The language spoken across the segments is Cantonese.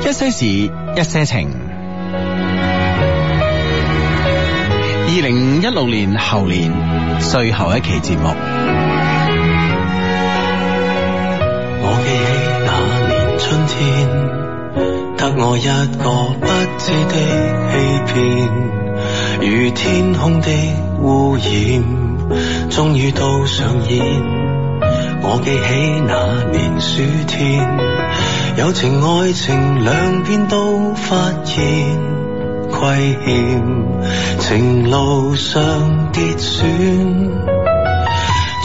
一些事，一些情。二零一六年後年最後一期節目，我記起那年春天，得我一個不知的欺騙，如天空的污染，終於都上演。我記起那年暑天，友情愛情兩邊都發現虧欠，情路上跌損。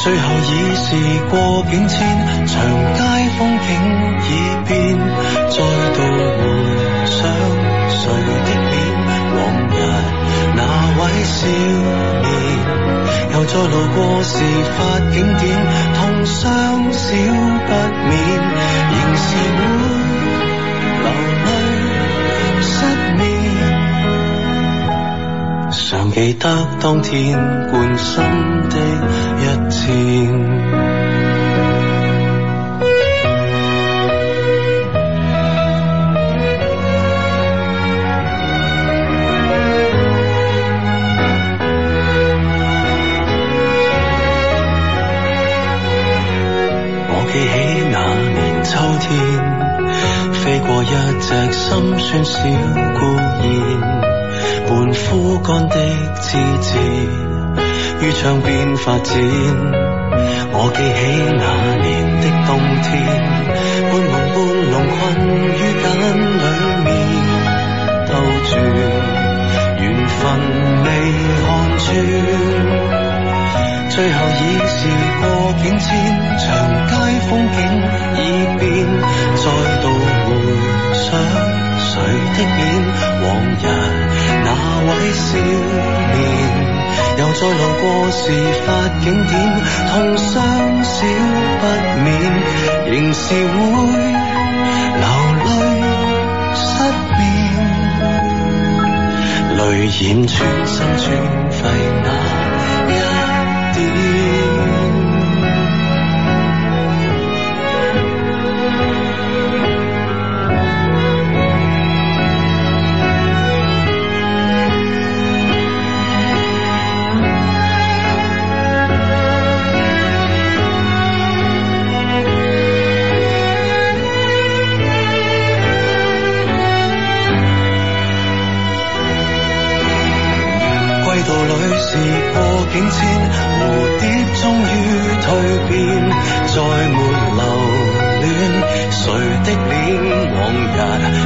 最後已是過境遷，長街風景已變，再度回想誰的臉，往日那位少年，又再路過事發景點，痛傷少不免，仍是會流淚失眠。常記得當天貫心的一箭。我記起那年秋天，飛過一隻心酸小孤燕，半枯乾的枝節於窗邊發展。我記起那年的冬天，半夢半朧困於繭裏面兜轉，緣分未看穿。最後已是過境遷，長街風景已變，再度回想誰的臉，往日那位少年，又再路過事發景點，痛傷少不免，仍是會流淚失眠。淚染穿心穿肺那一點，歸道裏是過境遷，蝴蝶終於蛻變，再沒留戀誰的臉，往日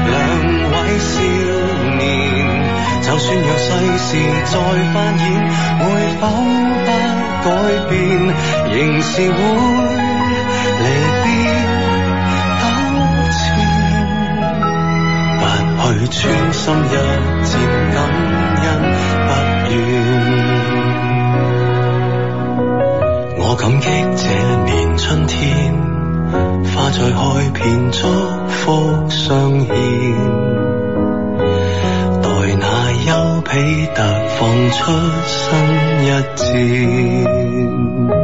兩位少年，就算若世事再翻演，會否不改變，仍是會離別糾纏。不去穿心一箭，感恩不怨。我感激這年春天，花再開遍，祝福相獻。待那丘比特放出新一箭。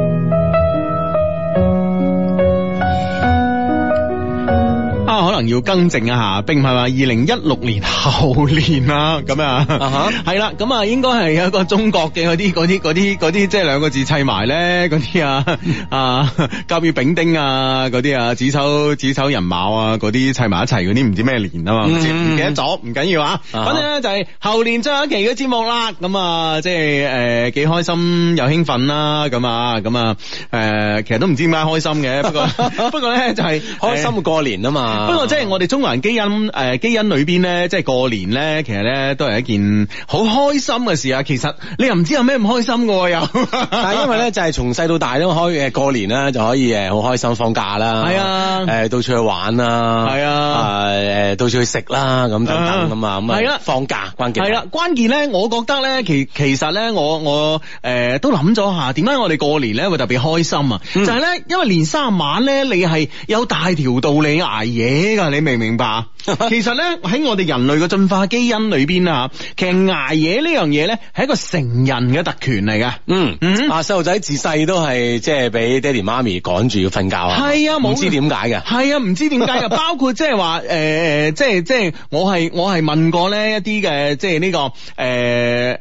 啊，可能要更正一下，並唔係話二零一六年後年啊， 咁啊，哈係啦，咁啊，應該係有一個中國嘅嗰啲嗰啲嗰啲嗰啲，即係兩個字砌埋咧，嗰啲啊啊，甲乙丙丁啊，嗰啲啊，子丑子丑寅卯啊，嗰啲砌埋一齊嗰啲，唔知咩年啊嘛，唔知唔記得咗，唔緊要啊，啊哈反正咧就係後年最後一期嘅節目啦，咁啊，即係誒幾開心又興奮啦，咁啊，咁啊，誒其實都唔知點解開心嘅，不過不過咧就係呃開心過過年啊嘛。不過即係我哋中國人基因誒、呃基因裏邊咧，即係過年咧，其實咧都係一件好開心嘅事啊。其實你又唔知有咩唔開心嘅喎又，但係因為咧，就係從細到大都可以呃誒過年啦，就可以誒好開心放假啦，係啊誒呃到處去玩啦，係啊誒誒到處去食啦，咁等等咁啊，咁啊，係啦放假關鍵 係啦，關鍵咧，我覺得咧，其其實咧，我我誒、呃都諗咗下，點解我哋過年咧會特別嗯開心啊？就係咧，因為年三十晚咧，你係有大條道理捱夜㗎，你你明唔明白 啊？其實咧喺我哋人類嘅進化基因裏邊啊，其實捱夜呢樣嘢咧係一個成人嘅特權嚟嘅。哦嗯嗯啊，細路仔自細都係即係俾爹哋媽咪趕住要瞓覺啊，係啊冇唔知點解嘅，係啊，唔知點解 嘅，包括即係話誒誒，即係即係我係我係問過咧一啲嘅，即係呢個誒誒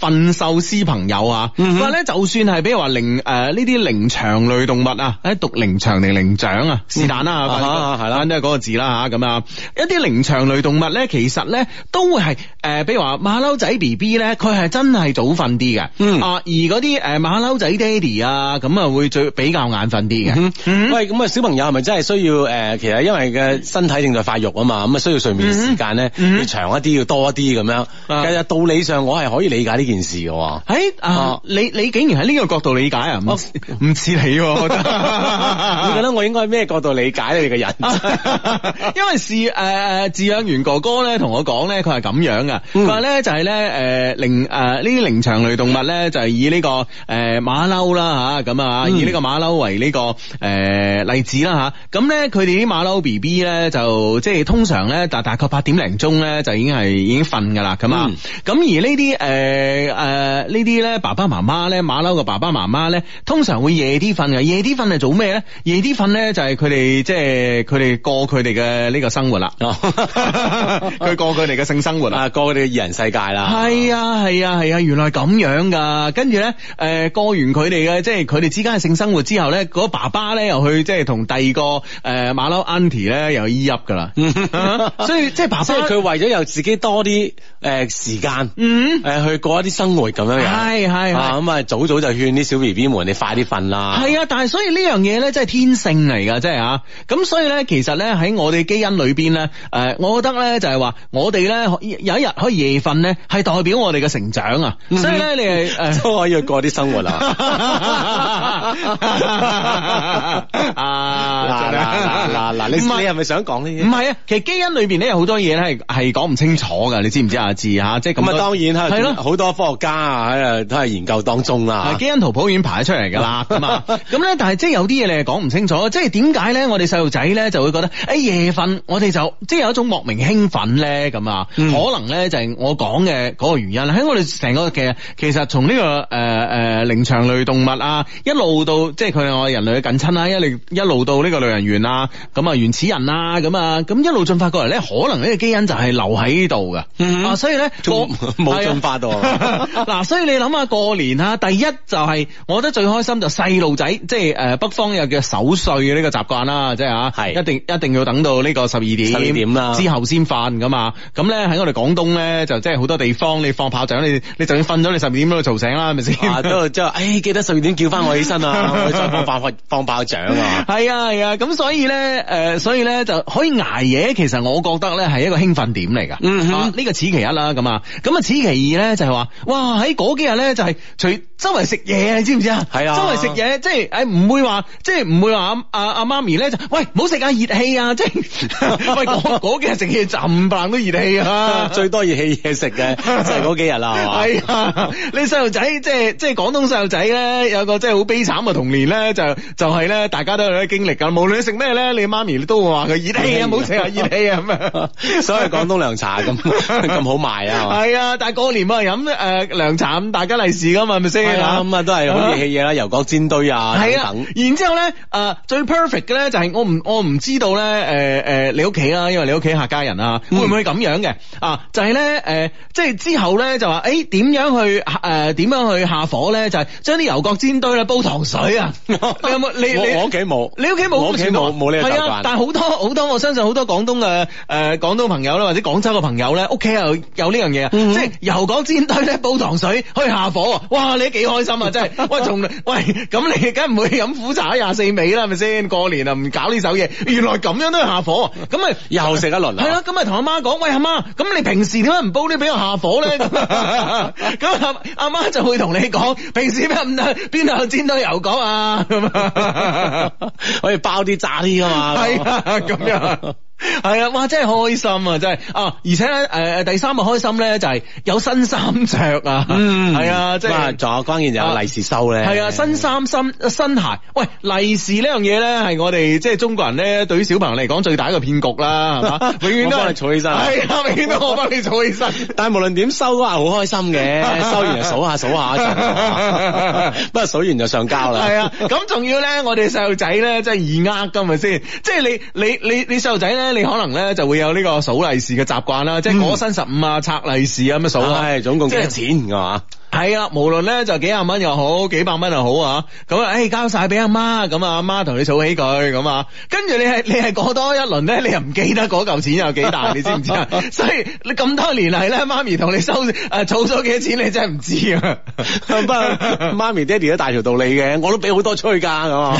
馴獸師朋友啊，嗯佢哼話咧就算係比如話靈誒呢啲靈長類動物啊，誒讀靈長定靈長啊，是但啦，嗯反正啊哈係啦反正都係嗰個字啦嚇咁啊，一啲靈長類動物咧，其實咧都會係誒，比如話馬騮仔 B B 咧，佢係真係早瞓啲嘅，嗯啊而嗰啲誒馬騮仔爹哋啊，咁啊會最比較眼瞓啲嘅嗯，嗯喂，咁啊，小朋友係咪真係需要誒、呃其實因為嘅身體正在發育啊嘛，咁啊需要睡眠時間咧、嗯要長一啲，要多一啲咁樣。啊其實道理上我係可以理解呢件事嘅喎。喺啊啊，你你竟然喺呢個角度理解啊？唔哦似唔似你喎， 我覺你得。覺得我應該咩角度理解你哋嘅 人？因為是呃誒誒飼養員哥哥咧，同我講咧，佢係咁樣噶。嗯佢話咧就係咧誒靈誒呃呢啲靈長類動物咧，就係以呢個誒馬騮啦吓咁啊，嗯以呢個馬騮為呢個誒例子啦吓。咁咧佢哋啲馬騮 B B 咧就即係通常咧，大大概八點零鐘咧就已經係已經瞓噶啦咁啊嗯。。咁而呢啲誒誒呢啲咧，爸爸媽媽咧，馬騮嘅爸爸媽媽咧，通常會夜啲瞓嘅。夜啲瞓係做咩咧？夜啲瞓咧就係佢哋即係佢哋過佢哋嘅呢個生活啦哦佢佢過佢哋嘅性生活啦。啊，過佢哋嘅二人世界啦。係啊係啊係啊，原來咁樣噶。跟住咧，誒過完佢哋嘅即係佢哋之間嘅性生活之後咧，嗰個爸爸咧又去即係同第二個誒馬騮 auntie 咧又依泣噶 啦。所以即係爸爸即啊係佢為咗有自己多啲誒、呃、時間。嗯。誒，去過一啲生活咁樣樣，係係係啊咁啊，早早就勸啲小 B B 們，你快啲瞓啦。係啊，但係所以呢樣嘢咧，真係天性嚟噶，真係啊。咁所以咧，其實咧喺我哋基因裏邊咧，誒、我覺得咧就係話，我哋咧可以有一日可以夜瞓咧，係代表我哋嘅成長啊。所以咧，你係誒。 都可以去過啲生活啊！啦。嗱嗱嗱嗱嗱，你唔你係係咪想講呢唔啲？係啊，其實基因裏邊咧有好多嘢咧係係講唔清楚噶，你知唔知啊？志吓，即係咁咁多啊，當然係係咯咯，好多科學家啊喺度都係研究當中啦係。基因圖譜已經排咗出嚟㗎啦，咁啊，咁咧，但係即係有啲嘢你係講唔清楚，即係點解咧？我哋細路仔咧就會覺得，誒、夜瞓，我哋就即係有一種莫名興奮咧，咁啊，嗯可能咧就係我講嘅嗰個原因喺我哋成個嘅其實從呢、個誒誒靈長類動物啊，一路到即係佢係我哋人類嘅近親啊啦，一路一路到呢個類人猿啊，咁啊原始人啊，咁啊，咁一路進化過嚟咧，可能呢個基因就係留喺呢度㗎，嗯啊，所以咧仲我冇係啊 進化到啊嗱，所以你諗下過年啊，第一就係、我覺得最開心就細路仔，即係誒、呃北方有嘅守歲嘅呢個習慣啦，即係啊，係一定一定要等到呢個十二點12點啦之後先瞓噶嘛。咁咧喺我哋廣東咧就即係好多地方你放炮仗，你你就算瞓咗，你十二點都要嘈醒啦，係咪先？啊，都即係，誒，記得十二點叫翻我起身啊，我再放爆放爆仗啊。係啊係啊，咁所以咧，誒、所以咧就可以捱夜，其實我覺得咧係一個興奮點嚟㗎。嗯哼啊呢、個此其一啦，咁啊，咁啊此其二咧就係、話，哇喺嗰幾日咧就係、隨周圍食嘢，你知唔知啊？係啊。周圍食嘢，即係誒唔會話，即係唔會話阿阿阿媽咪咧就，喂唔好食啊熱氣啊，即係 喂嗰嗰幾日食嘢 浸唪唥都熱氣啊 最多熱氣嘢 食 嘅就係嗰幾日啦，係嘛？係啊，你細路仔即係即係廣東細路仔咧，有個即係好悲慘嘅童年咧，就就係咧，大家都有啲經歷噶。無論你食咩咧，你媽咪都會話佢熱 氣啊，唔好食啊，熱氣啊咁啊。所以廣東涼茶咁 咁好賣啊，係啊，但係過年冇人飲誒涼茶，咁大家利是噶嘛，係咪係先啦，咁啊都係好熱氣嘢啦，油角煎堆啊係啊等等，。然之後咧，誒、最 perfect 嘅咧就係我唔我唔知道咧，誒、誒、你屋企啦，因為你屋企客家人啊，嗯會唔會咁樣嘅啊？就係咧誒，即係之後咧就話，誒、點樣去誒點、樣去下火咧？就係將啲油角煎堆咧煲糖水 啊！你有冇你你我我屋企冇你屋企冇我屋企冇冇呢個習慣係啊但係好多好多，我相信好多廣東嘅誒廣東朋友啦，或者廣州嘅朋友咧，屋企又有呢樣嘢啊，嗯即係 油角煎堆咧煲糖水可以下火啊！哇，你都幾開心啊！真係，喂，仲喂咁你梗唔會飲苦茶廿四味啦，係咪先？過年啊，唔搞呢手嘢，原來咁樣都要下火啊，咁咪。又食一輪係 啊啦，。咁咪同阿媽講，喂阿媽，咁你平時點解唔煲啲俾我下火咧？咁啊咁阿阿媽就會同你講，平時咩唔得，邊度有煎堆油角啊？咁啊。可以包啲炸啲噶嘛，啊係啊，咁樣。系啊，哇，真系开心啊，真系啊！而且咧，诶、第三個開心咧就係有新衫着啊，嗯，係啊，即哇係仲有關鍵就有利是收咧，係啊，新衫、新新鞋，喂，利是呢樣嘢咧係我哋即係中國人咧對於小朋友嚟講最大一個騙局啦，係 嘛？永遠都係我幫你儲起身啊係啊，永遠都我幫你儲起身。但係無論點收都係好開心 嘅，收完就數下數下就數下，不過數完就上交啦。系啊，咁仲 要咧，我哋細路仔咧真係易呃噶，咪先？即係你你你你细路仔咧，你可能咧就會有呢個數利是嘅習慣啦，即係過身十五啊，拆利是啊咁樣數啊。嗯唉，總共幾多錢㗎嘛？系啊，無論咧就幾廿蚊又好，幾百蚊又好啊，咁啊，诶、交晒俾阿媽，咁啊，阿媽同你儲起佢，咁啊，跟住你係你係過多一輪咧，你又唔記得嗰嚿錢有幾 大，你知唔知啊？所以你咁多年嚟咧，媽咪同你收诶儲咗幾多錢，你真係唔知啊。 不過媽咪爹哋都大條道理嘅，我都俾好多出去㗎咁啊！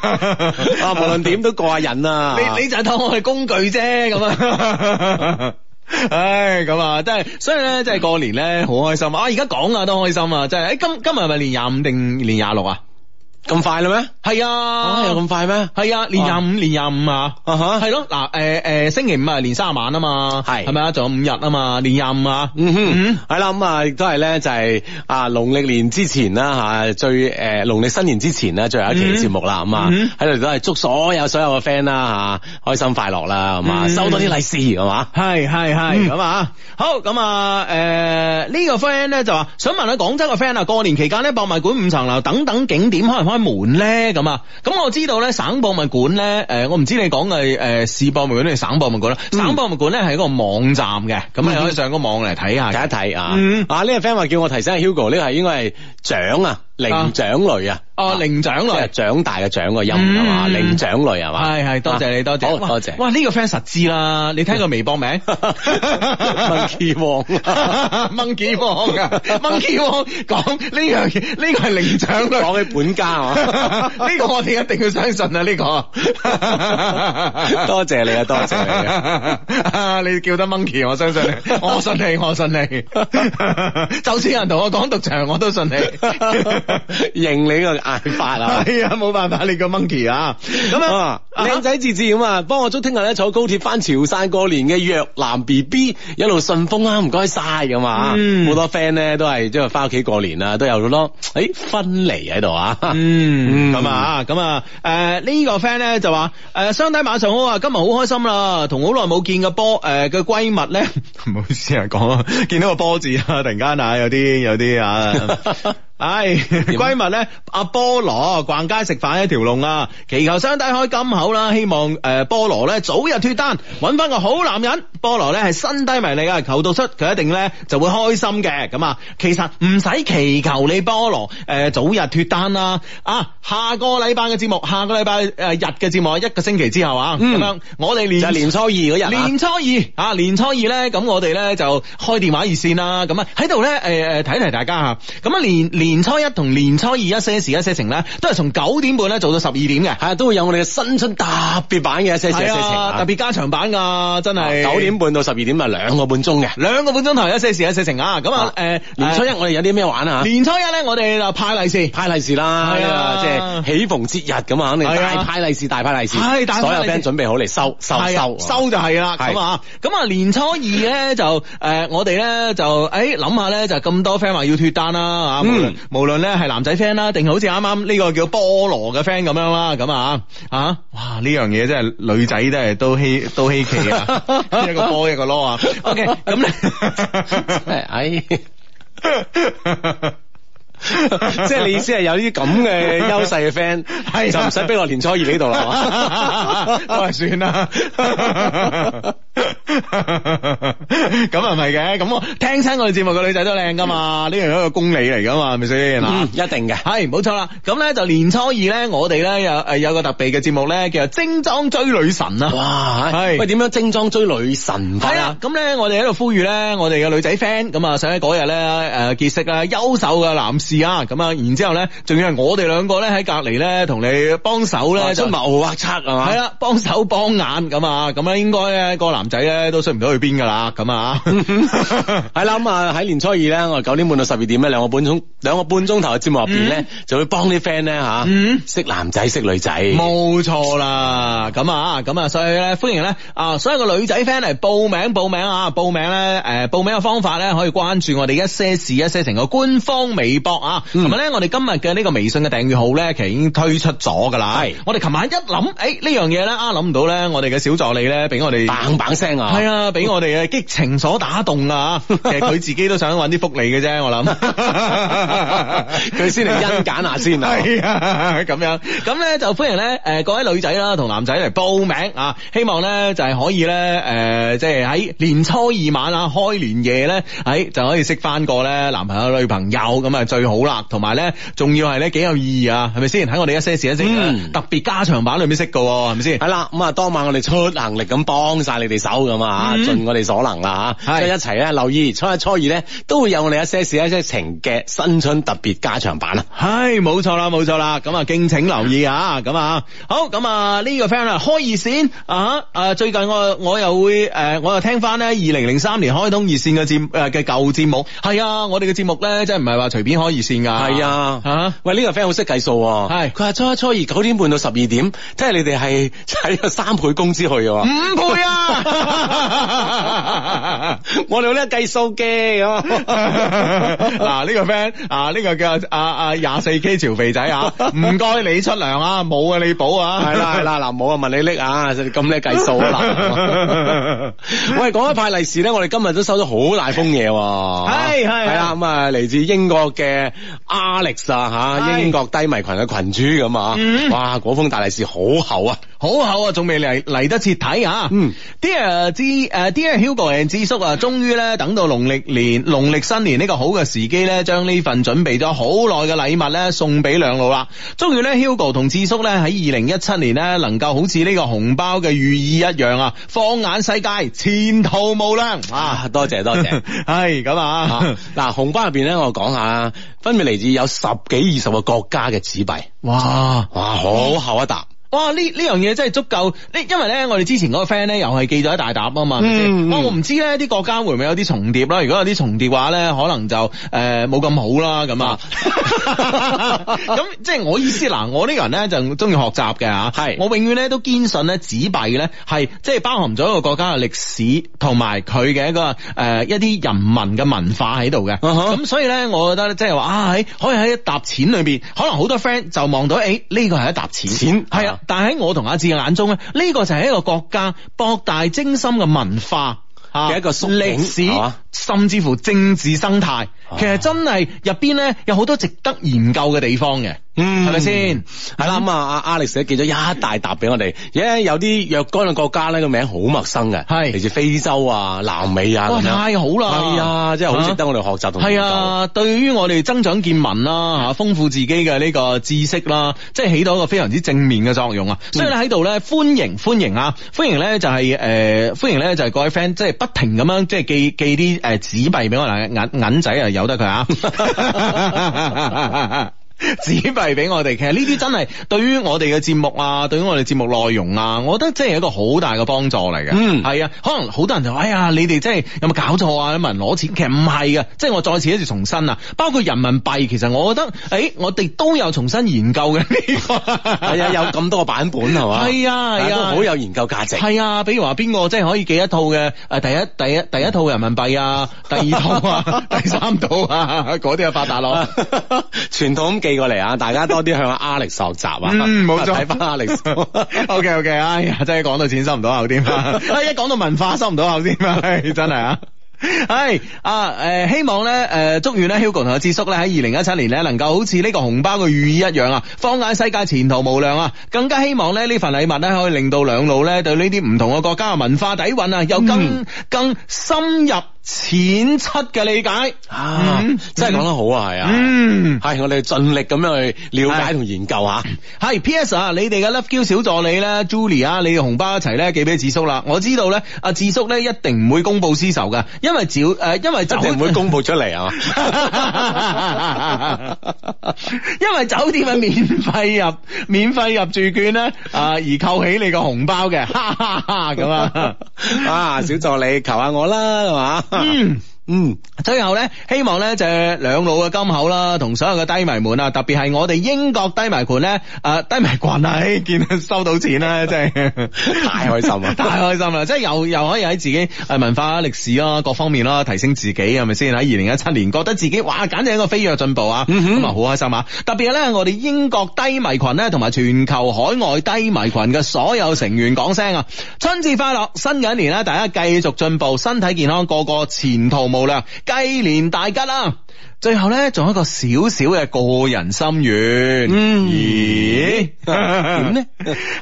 啊，無論點都過下癮啊！你你就係當我係工具啫咁 啊。唉，咁啊，真係，所以咧，真係過年咧，好開心啊！而家講啊都開心啊，真係。誒今今日係咪年廿五定年廿六啊？咁快啦咩？係啊，有啊，咁快咩？係啊，年廿五，年廿五啊。啊啊，哈，系咯，嗱，诶、诶、星期五啊，年卅晚啊嘛，係系咪啊？仲有五日啊嘛，年廿五啊，嗯嗯哼，系啦，咁啊，亦都系咧，就系啊，农历年之前啦吓，最诶农历新年之前咧，最後一期嗯節目啦，咁啊嗯，喺度都係祝所有所有嘅 friend 啦吓，開心快樂啦，咁啊，嗯收多啲利是，係嘛？系系系咁啊，好咁啊，诶、呢、個个 friend 咧就話想問下廣州嘅 friend 啊，過年期間咧博物館五層樓等等景點開唔開門咧？咁啊，咁我知道咧省博物館咧，诶、我唔知你講嘅诶市博物館定係省博物館啦，省博物館咧係一個網站嘅，咁你可以上個網嚟睇下嘅。睇一睇啊嗯！啊呢個 friend 話叫我提醒阿 Hugo，呢個係應該係獎啊，靈長類啊，哦，靈長即類係。長大嘅長個音係嘛，嗯靈長類係嘛？系系，多謝你，啊多謝，好哇多謝。哇，呢個 friend 實知啦，你睇個微博名 monkey 王 ，monkey 王啊，monkey 王講呢樣嘢，呢個係靈長類。講起本家啊， 呢個我哋一定要相信啊！呢個 多謝你啊，多謝你啊！ 啊！你叫得 monkey，我相信你，我信你，我信 你。就算有人同我講獨場，我都信你。认你個嗌 法啊！係啊，冇辦法，你個 monkey 啊！咁啊啊，，靚仔自自咁啊，幫我祝聽日咧坐高鐵翻潮汕過年嘅若男 B B 一路順風啊，唔該晒咁啊！嗯好多 friend 咧都係即係翻屋企過年啊，都有好多誒分離喺度啊！嗯， 嗯咁啊，咁啊，诶、呢、個 friend 咧就話诶、誒相低晚上好啊，今日好開心啦，同好耐冇見嘅波诶嘅閨蜜咧， 唔好意思啊，講啊，見到個波字啊，突然間啊，有啲有啲 啊。唉，閨蜜咧，阿菠蘿逛街食飯一條龍啊，祈求相低開金口啦，希望呃诶、誒菠蘿咧早日脱單，揾翻個好男人。菠蘿咧係新低迷嚟啊，求到出佢一定咧就會開心嘅。咁啊，其實唔使祈求你菠蘿诶、誒早日脱單啦。啊，下個禮拜嘅節目，下個禮拜诶日嘅節目，一個星期之後啊，咁、嗯樣我哋連就係年初二嗰日啊年初二啊，年初二咧，咁我哋咧就開電話熱線啦。咁啊喺度咧，诶、诶，提一提大家吓，咁啊年年初一同年初二一些事一些情咧，都係從九點半咧做到十二點嘅。係啊，都會有我哋嘅新春特別版嘅一些事一些情係啊特別加長版嗯噶，真係九點半到十二點啊，兩個半鐘嘅。兩個半鐘頭一些事一些情啊。咁啊，诶、年初一我哋有啲咩玩啊？年初一咧，我哋就派利是。派利是啦，係啊即係喜逢節日咁啊，肯定係啊大派利是，大派利是，係大派利是所有 friend 準備好嚟收收係啊收收就係啦，係咁啊，咁啊年初二咧就誒、呃我哋咧就誒諗下咧就咁多 friend 話要脱單啦啊，無論、嗯無論咧係男仔 friend 啦，定好似啱啱呢個叫菠蘿嘅 friend 咁樣啦，咁啊啊，哇呢樣嘢真係女仔真係都稀都稀奇 啊，一個波一個攞啊，OK 咁 真 係咧。唉。即係你意思係有啲咁嘅優勢嘅 friend，係啊就唔使逼落年初二呢度啦， 都係算啦。咁啊唔係嘅，咁我聽親我哋節目嘅女仔都靚噶嘛，呢樣係一個公理嚟噶嘛，係咪先嗯嗱？一 定嘅。係冇錯啦，咁咧就年初二咧，我哋咧有誒有個特別嘅節目咧，叫做精裝追女神啊！ 哇，係喂，點樣精裝追女神系法啊啦，？咁咧我哋喺度呼籲咧，我哋嘅女仔 friend 咁啊，想喺嗰日咧诶結識啦優秀嘅男士啊，咁啊，然之后咧，仲要係我哋兩個咧喺隔離咧同你幫手哇咧出就謀劃策係嘛？ 啊系啦，幫手幫眼咁啊，咁咧應該咧個男仔咧咧都衰唔到去邊噶啦，咁啊，係啦，咁啊喺年初二咧，我哋九點半到十二點咧，兩個半鐘兩個半鐘頭嘅節目入邊咧，就會幫啲 friend 咧吓嗯，識男仔識女仔，冇錯啦，咁啊，咁啊，所以咧，歡迎咧啊，所有個女仔 friend 嚟報名報名啊，報名咧，誒、報名嘅方法咧，可以關注我哋一些事一些情嘅官方微博啊，同埋咧，我哋今日嘅呢個微信嘅訂閱號咧，其實已經推出咗噶啦，係我哋琴晚一諗，誒、呢樣嘢咧，啊諗唔到咧，我哋嘅小助理咧，俾我哋。棒棒聲啊！系啊，俾我 哋嘅激情所打動啊！其實佢自己都想揾啲福利嘅啫，我諗 啊佢先嚟甄揀下先 啊 係啊，咁樣咁咧就歡迎咧誒各位女仔啦同男仔嚟報名啊！希望咧就係可以咧誒，即係喺年初二晚啊，開年夜咧，喺就可以識翻個咧男朋友女朋友咁啊最好啦！同埋咧，仲要係咧幾有意義啊，係咪先？喺我哋一些事一些情啊嗯特別加長版裏面識嘅喎，係咪先？系啦，咁啊，當晚我哋出能力咁幫晒你哋手咁啊，嗯盡我哋所能啦吓，係所以一齊咧留意初一初二咧都會有我哋一些事一些情嘅新春特別加長版啊！係冇錯啦，冇錯啦，咁啊敬請留意啊，咁啊好，咁啊呢個 friend 啊開熱線啊，啊最近我我又會誒、呃我又聽翻咧二零零三年開通熱線嘅節誒嘅舊節目，係啊，我哋嘅節目咧真係唔係話隨便開熱線㗎，係啊嚇。喂，呢、個 friend 好識計數喎，係佢話初一初二九點半到十二點，即係你哋係 使咗三倍工資去嘅喎。五倍啊！ 我哋好叻計數 嘅咁啊， 嗱呢個 friend 啊呢個叫啊啊廿四 K 潮肥仔啊，唔該你出糧啊，冇啊你補啊， 係啦係啦，嗱，冇啊問你叻啊，咁叻計數啊嗱。喂，講開派利是咧，我哋今日都收咗好大封嘢喎。係係係啦，咁啊嚟自英國嘅 Alex 啊吓，係英國低迷群嘅群主咁啊嗯，哇，嗰封大利是好厚啊！好厚啊，仲未嚟嚟得切睇啊！嗯，Dear 之誒 Dear Hugo and 之叔啊，終於咧等到農曆年、農曆新年呢個好嘅時機咧，將呢份準備咗好耐嘅禮物咧送俾兩老啦。祝願咧 Hugo 同智叔咧喺二零一七年咧能夠好似呢個紅包嘅寓意一樣啊，放眼世界，前途無量 啊！啊，多謝多謝。係咁啊 啊！嗱，紅包入邊咧，我講下，分別嚟自有十幾二十個國家嘅紙幣， 哇！哇，好厚一沓。哇！呢呢樣嘢真係足夠，呢因為咧，我哋之前嗰個 friend 咧又係寄咗一大沓啊嘛，係咪先？嗯哇！我唔知咧啲國家會唔會有啲重疊啦，如果有啲重疊嘅話咧，可能就誒冇咁好啦咁 啊。咁即係我意思嗱，我呢個人咧就中意學習嘅嚇，係我永遠咧都堅信咧紙幣咧係即係包含咗一個國家嘅歷史同埋佢嘅一個誒、呃一啲人民嘅文化喺度嘅。啊哈咁所以咧，我覺得即係話啊，喺可以喺一沓錢裏邊，可能好多 friend 就望到誒呢個係一沓錢，錢係啊啊。但喺我同阿志嘅眼中咧，呢、個就係一個國家博大精深嘅文化。啊嘅一個縮影歷史係嘛，啊甚至乎政治生態，其實真係入邊咧有好多值得研究嘅地方嘅，嗯係咪先？係嗯啦，咁啊，阿 Alex 咧寄咗一大沓俾我哋，而家有啲若干嘅國家咧個名好陌生嘅，係嚟自非洲啊、南美啊哇，咁樣，太好啦！係啊，真係好值得我哋學習同研係究。啊，對於我哋增長見聞啦，嚇豐富自己嘅呢個知識啦，即係起到一個非常之正面嘅作用啊！所以咧喺度咧，歡迎歡迎啊！歡迎咧就係、呃歡迎咧就係各位 friend，即係不停咁樣即係寄寄啲誒紙幣俾我嗱，銀銀仔啊， 由得佢啊！紙幣俾我哋，其實呢啲真係對於我哋嘅節目啊，對於我哋節目內容啊，我覺得真係一個好大嘅幫助嚟嘅。嗯係啊，可能好多人就話哎呀，你哋真係有冇搞錯啊？有冇人攞錢？其實唔係嘅，即係我再次一次重申啊，包括人民幣，其實我覺得，誒、我哋都有重新研究嘅呢個。係啊，有咁多個版本係嘛？係啊係啊都好有研究價值。係啊，比如話邊個即係可以寄一套嘅誒第一第一第一套人民幣啊，第二套 啊，第三套啊，嗰啲啊發達咯。 傳統咁寄過嚟啊，大家多啲向阿 Alex 學習啊。嗯冇錯睇翻 Alex。 O K O K，哎呀，真係講到錢收唔到口 添啊！哎一講到文化收唔到口 添啊！唉真係啊！係啊，誒、希望咧，誒、祝願咧，Hugo 同阿智叔咧喺二零一七年咧，能夠好似呢個紅包嘅寓意一樣啊，放眼世界，前途無量啊！更加希望咧呢份禮物咧，可嗯以令到兩老咧對呢啲唔同嘅國家嘅文化底蕴啊，有更、更深入淺七嘅理解啊嗯，真係講得好啊，係啊， 嗯。係我哋盡力咁樣去了解同研究下。系 P.S. 啊，你哋嘅 Love Q 小助理咧，Julie 啊，你嘅紅包一齊咧寄俾智叔啦。我知道咧，阿智叔咧一定唔會公佈私仇噶，因為照诶、因為酒一定唔會公佈出嚟啊！ 因為酒店嘅免費入免費入住券咧，啊而扣起你個紅包嘅，哈哈哈咁啊。啊，小助理求下我啦，係嘛？嗯嗯，最後咧，希望咧就係兩老嘅金口啦，同所有嘅低迷們啊，特別係我哋英國低迷群咧，誒、低迷群啊， 唉見到收到錢啦，真係 太開心啊啦太開心啦！即係又又可以喺自己誒文化啊、歷史啊各方面啦，提升自己係咪先？喺二零一七年覺得自己哇，簡直係一個飛躍進步啊！嗯哼咁啊，好開心啊！特別係咧，我哋英國低迷群咧，同埋全球海外低迷群嘅所有成員講聲啊，春節快樂！新嘅一年咧，大家繼續進步，身體健康，個個前途無量，雞年大吉啦！最後咧，仲有一個小小嘅個人心願，嗯咦？點呢？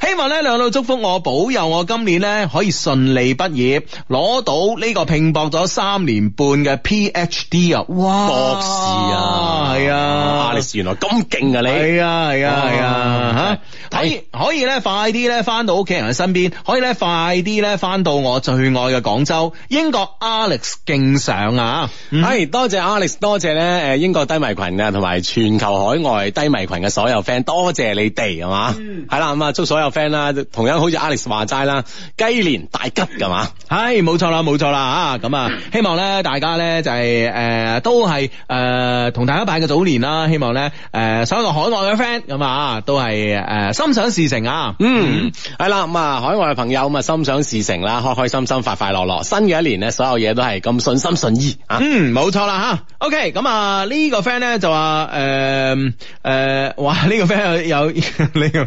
希望咧兩老祝福我，保佑我今年咧可以順利畢業，攞到呢個拼搏咗三年半嘅 PhD 啊！哇，博士啊，係啊，啊你原來咁勁啊你！係啊係啊係啊啊吓，可以可以咧快啲咧翻到屋企人嘅身邊，可以咧快啲咧翻到我最愛嘅廣州，英國 Alex 敬上啊！系多謝啊 Alex，多謝咧诶英國低迷群啊，同埋全球海外低迷群嘅所有 friend，多謝你哋係嘛，嗯係啦咁啊，祝所有 friend 啦，同樣好似 Alex 話齋啦，雞年大吉㗎嘛，系冇錯啦，冇錯啦啊！咁啊，希望咧大家咧就係呃都係诶同大家拜個早年啦。希望咧诶、呃所有嘅海外嘅 friend 咁啊，都係诶、呃心想事成啊！嗯，係啦咁啊，海外嘅朋友咁啊，心想事成啦，開開心心，快快樂樂，新嘅一年咧，所有嘢都係咁順心順意啊，嗯，冇錯啦吓。OK，咁啊呢個 friend 咧就話诶诶，哇呢、個 friend 有 呢個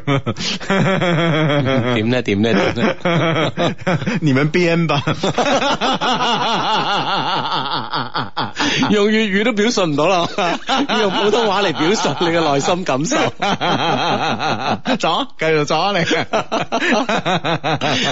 點咧點咧點咧， 你們編 吧。 用粵語都表述唔到啦， 用普通話嚟表述你嘅內心感 受。左，繼續左 呢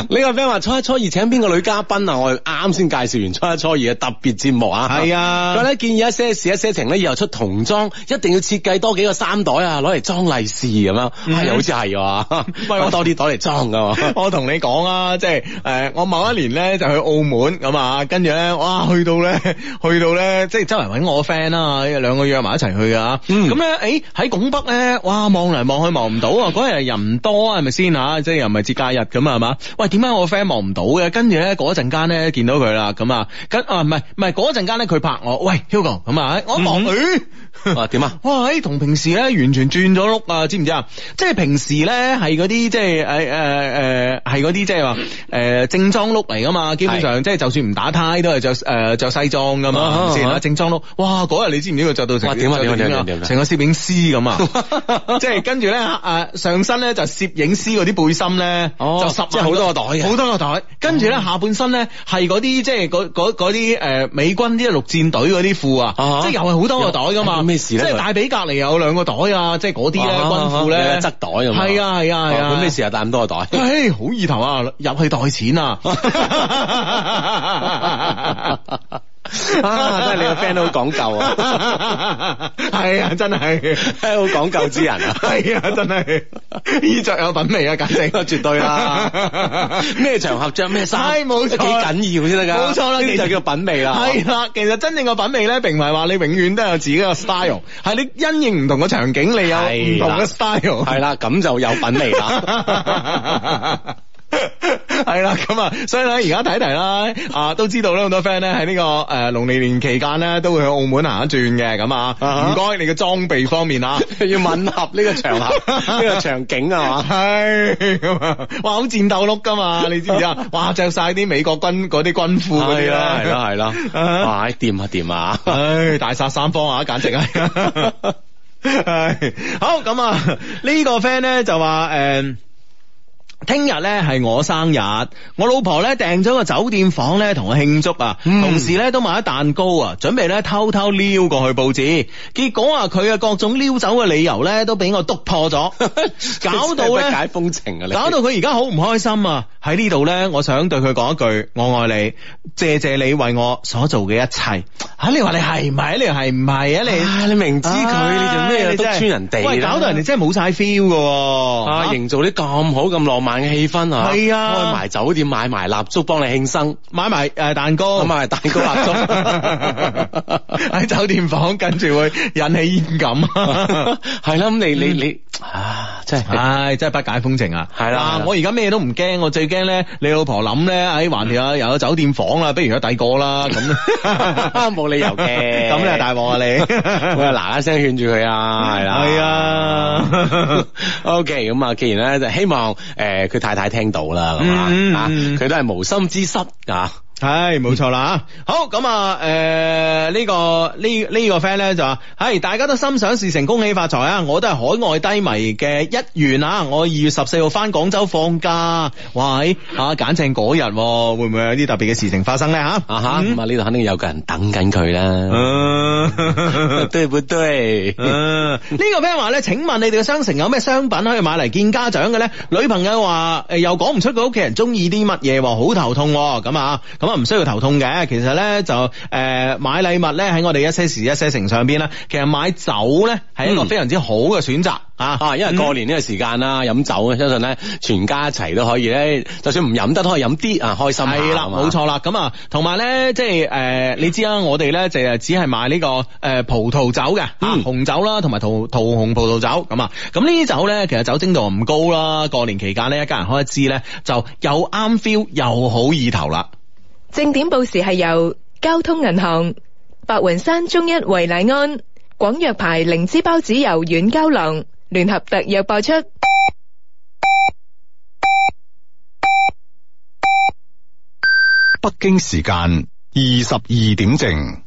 你。個 friend 話初一初二請邊個女嘉賓啊？我哋啱先介紹完初一初二嘅特別節目啊。係啊佢咧建議一些事一些情咧，以後出童裝一定要設計多幾個衫袋啊，攞嚟裝利是咁樣。嗯係好似係喎， 喂我多啲袋嚟裝噶嘛。 我同你講啊，即係诶、誒我某一年咧就去澳門咁啊，跟住咧，哇，去到咧， 去到咧，即係周圍揾我 friend 啦，兩個約埋一齊去啊。嗯咁咧、诶喺拱北咧，哇，望嚟望去望唔到啊，嗰日人唔多啊，係咪先啊？即係又唔係節假日咁啊，係嘛？喂，點解我 friend 望唔到嘅？跟住咧嗰陣間咧見到佢啦，咁啊，跟啊唔係唔係嗰陣間咧佢拍我，喂 Hugo 咁啊，我一望嗯佢。啊點啊？哇！喺哎同平時咧完全轉咗碌啊，知唔知啊？即係平時咧係嗰啲即係誒誒誒係嗰啲即係話誒正裝碌嚟噶嘛，基本上即係就算唔打呔都係着誒着西裝噶嘛，係咪先啊啊？啊正裝碌，哇！嗰日你知唔知佢着到成哇點啊着到點啊點啊點啊點啊成個攝影師咁啊！ 即係跟住咧誒上身咧就攝影師嗰啲背心咧，哦就十即係好多個袋嘅哦好多個袋。跟住咧下半身咧係嗰啲即係嗰嗰嗰啲誒美軍啲陸戰隊嗰啲褲啊，啊即係又係好多個袋噶嘛。有 咩事咧即係佢大髀隔離有兩個袋啊，即係嗰啲咧啊軍褲有咧一側袋咁啊係啊係啊係啊。哦咁咩事啊？帶咁多個 袋。 唉，好意頭啊！入去袋錢啊！ 啊真係你個 friend 都好講究啊！ 係啊，真係真係 好講究之人啊係啊，真係衣着有品味啊，簡直 絕 對啦咩場合着咩衫，係冇錯幾緊要先得㗎。冇錯啦呢啲就叫品味啦。系啦，其實真正嘅品味咧，並唔係話你永遠都有自己嘅 style，係你因應唔同嘅場景，你有唔係啦同嘅 style。係啦，咁就有品味啦。 係啦，咁啊，所以咧而家睇一睇啦，啊都知道咧好多 friend 咧喺呢個诶農曆年期間咧都會去澳門行一轉嘅，咁啊，哈唔該你嘅裝備方面 啊。要吻合呢個場 合，呢個場景啊嘛。係咁啊！哇，好戰鬥碌噶 嘛，你知唔知啊？哇，着晒啲美國軍嗰啲軍褲嗰啲係咧，啦，係啦，係啦， 啊哇！掂啊，掂啊！唉，大殺三方啊，簡直啊！ 唉，好咁啊，呢、個 friend 咧就話誒。嗯聽日咧係我生日，我老婆咧訂咗個酒店房咧同我慶祝啊，嗯同時咧都買咗蛋糕啊，準備咧偷偷撩過去報紙，結果啊佢嘅各種撩走嘅理由咧都俾我督破 咗， 搞到真係不解咧。風情啊！你搞到佢而家好唔開心啊！喺呢度咧，我想對佢講一句：我愛你，謝謝你為我所做嘅一切。吓、你話你係唔係？你係唔係啊？你啊你明知佢，你做咩又督穿人哋啦？喂，搞到人哋真係冇晒 feel 噶。啊，營造啲咁好咁浪漫嘅氣氛啊！係啊開埋酒店，買埋蠟燭幫你慶生，買埋誒蛋糕，啊買埋蛋糕蠟燭。 喺酒店房，跟住會引起煙 感。係啦，咁你你你嗯啊，真係唉，真係不解風情啊！係啦係啊啦我而家咩都唔驚，我最驚咧，你老婆諗咧，喺橫掂有有酒店房啦，不如有第二個啦， 咁冇理由嘅咁你係大鑊啊 我你！係嗱嗱聲勸住佢啊，係啦，係啊 OK，咁啊，既然咧就希望誒佢太太聽到啦，咁啊嗯嗯啊，嗯佢都係無心之失啊。係冇錯啦吓，好咁啊，誒、呢、個呢呢、個 friend 咧就話，係大家都心想事成，恭喜發財啊！我都係海外低迷嘅一員啊！我二月十四號翻廣州放假，喂啊，揀正嗰日喎，會唔會有啲特別嘅事情發生咧吓？啊哈，嗯咁啊呢度肯定有個人等緊佢啦， 嗯 對不對？嗯，呢個 friend 話咧，請問你哋嘅商城有咩商品可以買嚟見家長嘅咧？女朋友話誒又講唔出佢屋企人中意啲乜嘢喎，好頭痛喎咁啊，咁啊唔需要頭痛嘅。其實咧就誒、呃、買禮物咧喺我哋一些事一些情上邊咧，其實買酒咧係一個嗯非常之好嘅選擇啊啊，因為過年呢個時間嗯啦，飲酒啊相信咧全家一齊都可以咧，就算唔飲得都可以飲啲啊，開心下係啦，係嘛冇錯啦。咁啊，同埋咧，即係誒、呃你知啦，我哋咧就係呃只係賣呢、個誒、呃葡萄酒嘅，嗯啊紅酒啦，同埋桃桃紅葡萄酒咁啊。咁呢啲酒咧，其實酒精度唔高啦。過年期間咧，一家人開一支咧，就又啱 feel 又好意頭啦。正點報時係由交通銀行、白雲山中一維禮安、廣藥牌靈芝包子油軟膠囊聯合特約播出。北京時間二十二點正。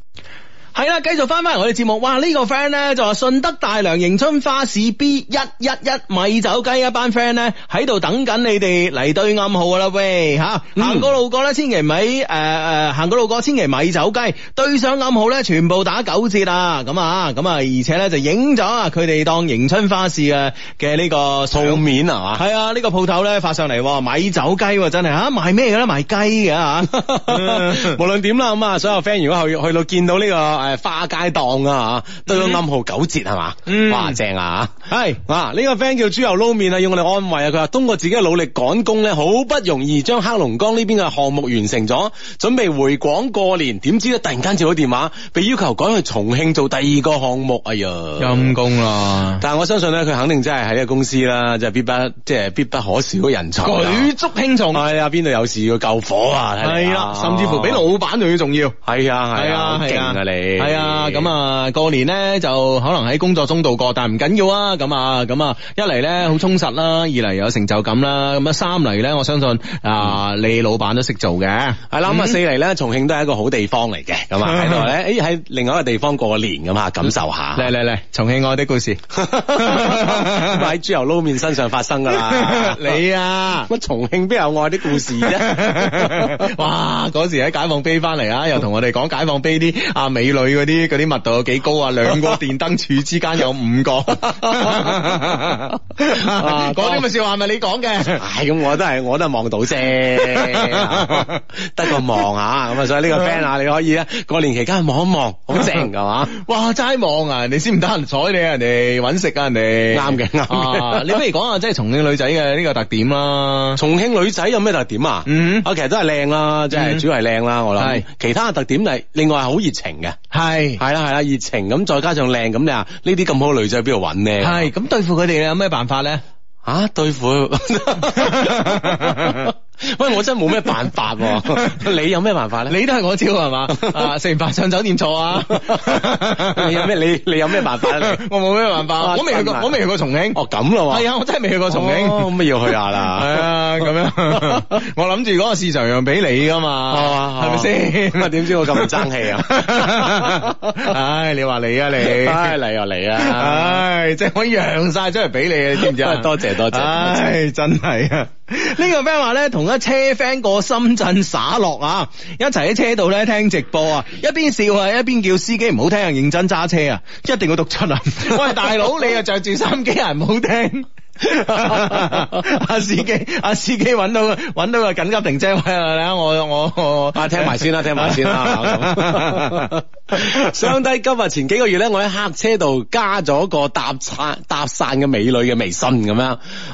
係啦，繼續翻翻嚟我哋節目，哇！呢、個 friend 咧就話順德大良迎春花市 B 一一一米酒雞一班 friend 咧喺度等緊你哋嚟對暗號噶啦喂吓，行過路過咧千祈咪誒誒行過路過千祈咪走雞，對上暗號咧全部打九折啊！咁啊咁啊，而且咧就影咗啊佢哋當迎春花市嘅嘅呢個鋪面係嘛？係啊，呢、個鋪頭咧發上嚟喎，米酒雞喎真係吓，賣咩嘅咧？賣雞嘅啊 吓。 無論點啦，咁啊，所有 friend 如果去去到見到呢個誒花街檔啊，都有暗號九折係嘛嗯？哇，正啊！係啊！呢、個 friend 叫豬油撈面啊，要我哋安慰啊。佢話通過自己嘅努力趕工咧，好不容易將黑龍江呢邊嘅項目完成咗，準備回廣過年，點知咧突然間接到電話，被要求趕去重慶做第二個項目。哎呀，陰公啦。但係我相信咧，佢肯定真係喺呢個公司啦，即係必不即係必不可少嘅人才啦。舉足輕重。係啊，邊度有事要救火啊？睇係嚟啦啊，甚至乎比老闆仲要重要。係啊係係啊，好勁啊你係啊，咁啊，過年咧就可能喺工作中度過，但係唔緊要啊。咁啊，咁啊，一嚟咧好充實啦，二嚟有成就感啦，咁啊，三嚟咧，我相信啊，你老闆都識做嘅。係啦，咁啊四嚟咧，重慶都係一個好地方嚟嘅，咁 啊喺度咧，誒喺另外一個地方過年咁啊，感受下。嚟嚟嚟，重慶我的故事。。啊喺豬油撈面身上發生噶 啦你啊！乜重慶邊有愛啲故 事啫？哇！嗰時喺解放碑翻嚟啊，又同我哋講解放碑啲啊美女嗰啲嗰啲密度有幾高啊，兩個電燈柱之間有五 個，啊嗰啲咪笑話係咪你講 嘅？唉，咁我都係我都係望到 啫，得個望下咁啊，所以呢嗯個 friend 啊，你可以啊，過年期間望一望，好正噶嘛？哇！齋望啊，你先唔得閒睬你啊，人哋揾食啊，人哋啱嘅啱嘅啊你不如講下即係重慶女仔嘅呢個特點啦。重慶女仔有咩特點啊？嗯啊，其實都係靚啦，即嗯係主要係靚啦，我係諗。其他嘅特點就係另外係好熱情嘅，係係啦係啦，熱情咁再加上靚咁，你話呢啲咁好嘅女仔邊度揾呢？係咁對付佢哋你有咩辦法 咧？啊， 對付佢喂，我真係冇咩辦法喎，你有咩辦法咧？！你都係我招係嘛？啊，食完飯上酒店坐啊 你有咩？你你有咩辦法 咧？你 我冇咩辦啊法，我未去過真，係我未去過重慶。哦咁咯喎，係啊，我真係未去過重慶。哦咁咪要去下 係啦。啊，啦，咁樣 我諗住嗰個市場讓俾你噶嘛，係咪先？哦咁啊，點知我咁唔爭氣啊？ 唉，你話你啊你，唉，嚟啊嚟啊！唉，即係可以讓晒出嚟俾你啊，你知唔知啊？ 多謝多謝唉，真係啊！呢個 friend 話咧，同一車 friend 過深圳耍落啊，一齊喺車度咧聽直播啊，一邊笑啊，一邊叫司機唔好聽啊，認真揸車啊，一定要讀出啊！ 喂，大佬，你又着住三機人唔好聽。 阿司機，阿司機揾到揾到個緊急停車位啊啦！我我我，啊，聽埋先 啦，聽埋先啦。相低今日前幾個月咧，我喺客車度加咗個搭訕搭訕嘅美女嘅微信咁樣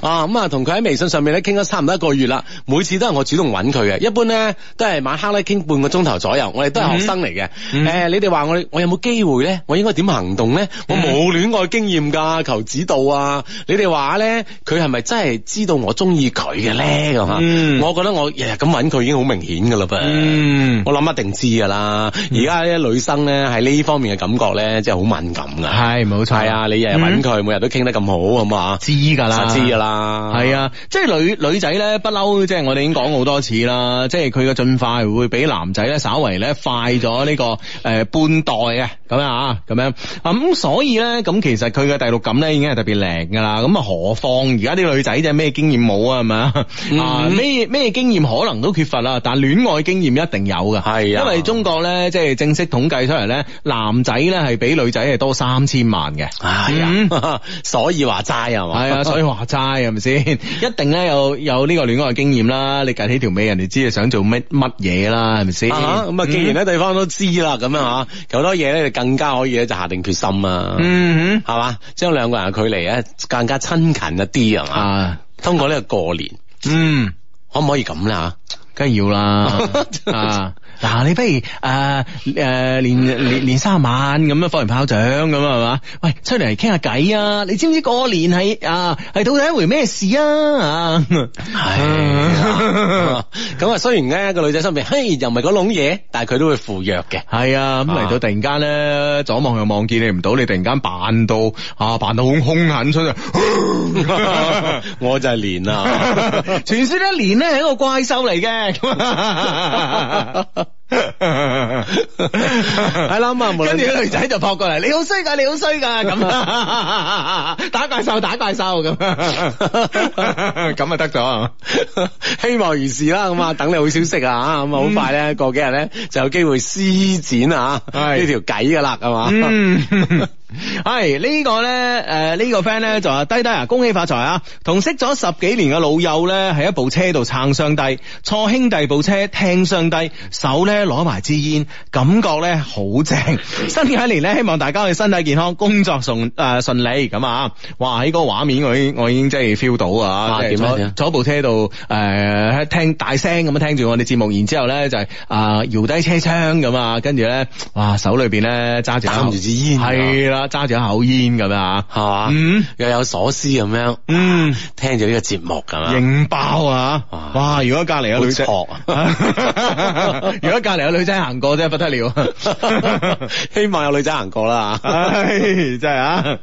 啊，咁啊同佢喺微信上面咧傾咗差唔多一個月啦。每次都係我主動揾佢嘅，一般咧都係晚黑咧傾半個鐘頭左右。我哋都係學生嚟嘅，嗯誒、你哋話我哋我有冇機會咧？我應該點行動咧？我冇戀愛經驗㗎，求指導啊！你哋話咧，佢係咪真係知道我中意佢嘅咧？咁啊、嗯我覺得我日日咁揾佢已經好明顯㗎啦噃。嗯，我諗一定知噶啦，而家啲女生咧喺呢方面嘅感覺咧，真係好敏感噶。係冇錯係啊，你日日揾佢，每日都傾得咁好咁啊，知㗎啦，實知噶啦。係，啊，即係女女仔咧，不嬲，即係我哋已經講好多次啦，即係佢嘅進化會比男仔咧稍為咧快咗呢、個誒、呃半代啊，咁樣啊，咁樣啊咁、所以咧咁其實佢嘅第六感咧已經係特別靈㗎啦，咁啊何況而家啲女仔啫咩經驗冇啊，係咪啊啊？咩咩經驗可能都缺乏啦，但戀愛經驗一定有㗎，係啊因為中國咧即係正式統計出嚟咧，男仔咧係比女仔係多三千萬嘅。係啊， 所以話齋係嘛。系嗯 啊，所以話齋係咪先？一定咧有有呢個戀愛經驗啦，你趌起條尾，人哋知你想做乜乜嘢啦，係咪先？ 嗯啊咁啊，既然咧對方都知啦，咁樣吓，有好多嘢咧，你更加可以咧就下定決心啊，嗯係嘛，將兩個人嘅距離咧更加親近一啲係哼嘛，啊，通過呢個過年，嗯，可唔可以咁啦梗係要 啦啊！嗱，你不如啊呃誒誒連連連三晚咁樣放完炮仗咁係嘛？喂，出嚟傾下偈啊！你知唔知過年係啊係到底一回咩事啊？啊， 啊 咁啊，雖然咧個女仔心入邊，嘿又唔係嗰籠嘢，但係佢都會附弱嘅。 系啊，咁嚟到突然間咧，左望右望見你唔到，你突然間扮到啊，扮到好兇狠 出嚟。我就係連啊啦，傳說一年咧係一個怪獸 嚟嘅，咁啊係啦咁啊無論跟住啲女仔就撲過嚟，你好衰㗎，你好衰㗎， 咁啊打怪獸，打怪獸咁啊，咁啊得咗啊。 希望如是啦。咁啊，等你好消息啊，咁啊，好快咧，過幾日咧就有機會施展啊嗯係呢條計噶啦，啊係嘛？嗯， 系呢個咧，诶呢個 friend 咧就話低低啊，恭喜發財啊！同識咗十幾年嘅老友咧，喺一部車度撐雙低，坐兄弟部車聽雙低，手咧攞埋支煙，感覺咧好正。 新嘅一年咧，希望大家嘅身體健康，工作順诶顺利咁啊！哇，喺嗰個畫面我已經我已經真係 feel 到啊！啊即係點啊坐點啊坐喺部車度诶、呃、听大聲咁樣聽住我哋節目，然之后咧就係啊搖低車窗咁啊，跟住咧哇手裏边咧揸住一口擔住支煙係啦，揸住一口煙咁樣啊，係嘛？嗯若有所思咁樣，啊嗯，聽住呢個節目咁樣。型爆啊！哇哇，如果隔離有女仔，好錯啊 如果隔離有女仔行過真係不得 了。 希望有女仔行過啦。 唉，真係啊！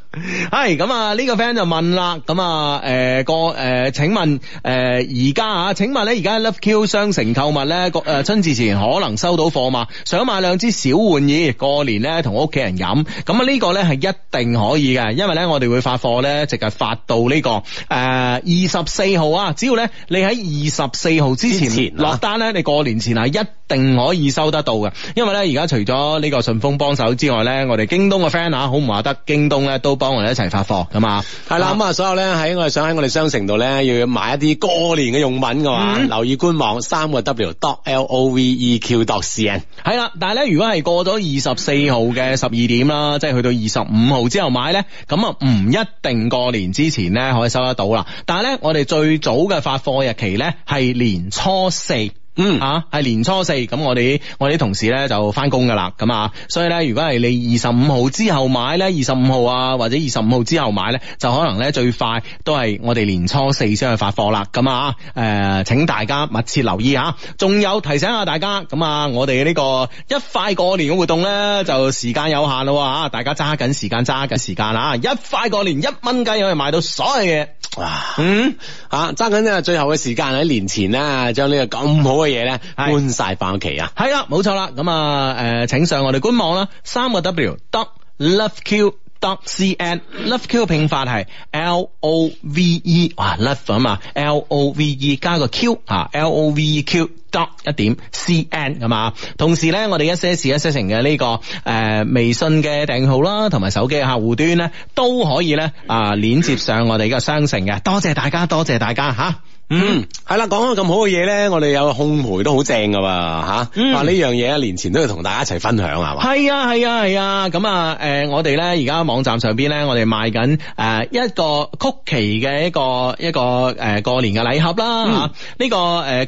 係咁啊，呢個 friend 就問啦，咁啊，誒個誒請問誒而家啊，請問咧而家 Love Q 商城購物咧，個誒春節前可能收到貨嘛？想買兩支小玩意，過年咧同屋企人飲，咁啊呢個咧係一定可以嘅，因為咧我哋會發貨咧，直係發到呢個誒二十四號啊，只要咧你喺二十四號之之前前啊落單咧，你過年前係一定可以收得到嘅，因為咧而家除咗呢個順豐幫手之外咧，我哋京東嘅 friend 啊，好唔話得，京東咧都幫我哋一齊發貨噶嘛，系啦，咁啊，所有咧喺我哋想喺我哋商城度咧，要買一啲過年嘅用品嘅話，嗯留意官網三個 W dot L O V E Q dot C N。系啦，但系咧，如果係過咗二十四號嘅十二點啦，即係去到二十五號之後買咧，咁啊唔一定過年之前咧可以收得到啦。但係咧，我哋最早嘅發貨日期咧係年初四。嗯啊，係年初四，咁我哋我哋啲同事咧就翻工噶啦，咁啊，所以咧如果係你二十五號之後買咧，二十五號啊或者二十五號之後買咧，就可能咧最快都係我哋年初四先去發貨啦，咁啊，誒、請大家密切留意吓，仲有提醒下大家，咁啊，我哋呢個一快過年嘅活動咧就時間有限咯吓，大家揸緊時間揸緊時間啦，啊一快過年一蚊雞可以買到所有嘢，哇！嗯。啊，揸緊呢最後嘅時間喺年前咧，將呢個咁好嘅嘢咧係搬晒翻屋企啊！系啦，冇錯啦。咁啊，诶、请上我哋官網啦，三個 W dot loveq。dot cn，love q 拼法係 L O V E，哇 love 啊嘛，L O V E 加個 Q 啊，L O V E Q dot 一點 C N 咁啊。同時咧，我哋一些事一些情嘅呢、個誒微信嘅訂號啦，同埋手機嘅客戶端咧，都可以咧啊連接上我哋嘅商城嘅。多謝大家，多謝大家吓。嗯嗯，係啦，講咗咁好嘅嘢咧，我哋有烘焙都好正噶喎，吓、嗯話呢樣嘢啊年前都要同大家一齊分享係嘛？係啊係啊係啊，咁啊誒，我哋咧而家網站上邊咧，我哋賣緊誒一個曲奇嘅一個一個誒過年嘅禮盒啦嚇。呢、個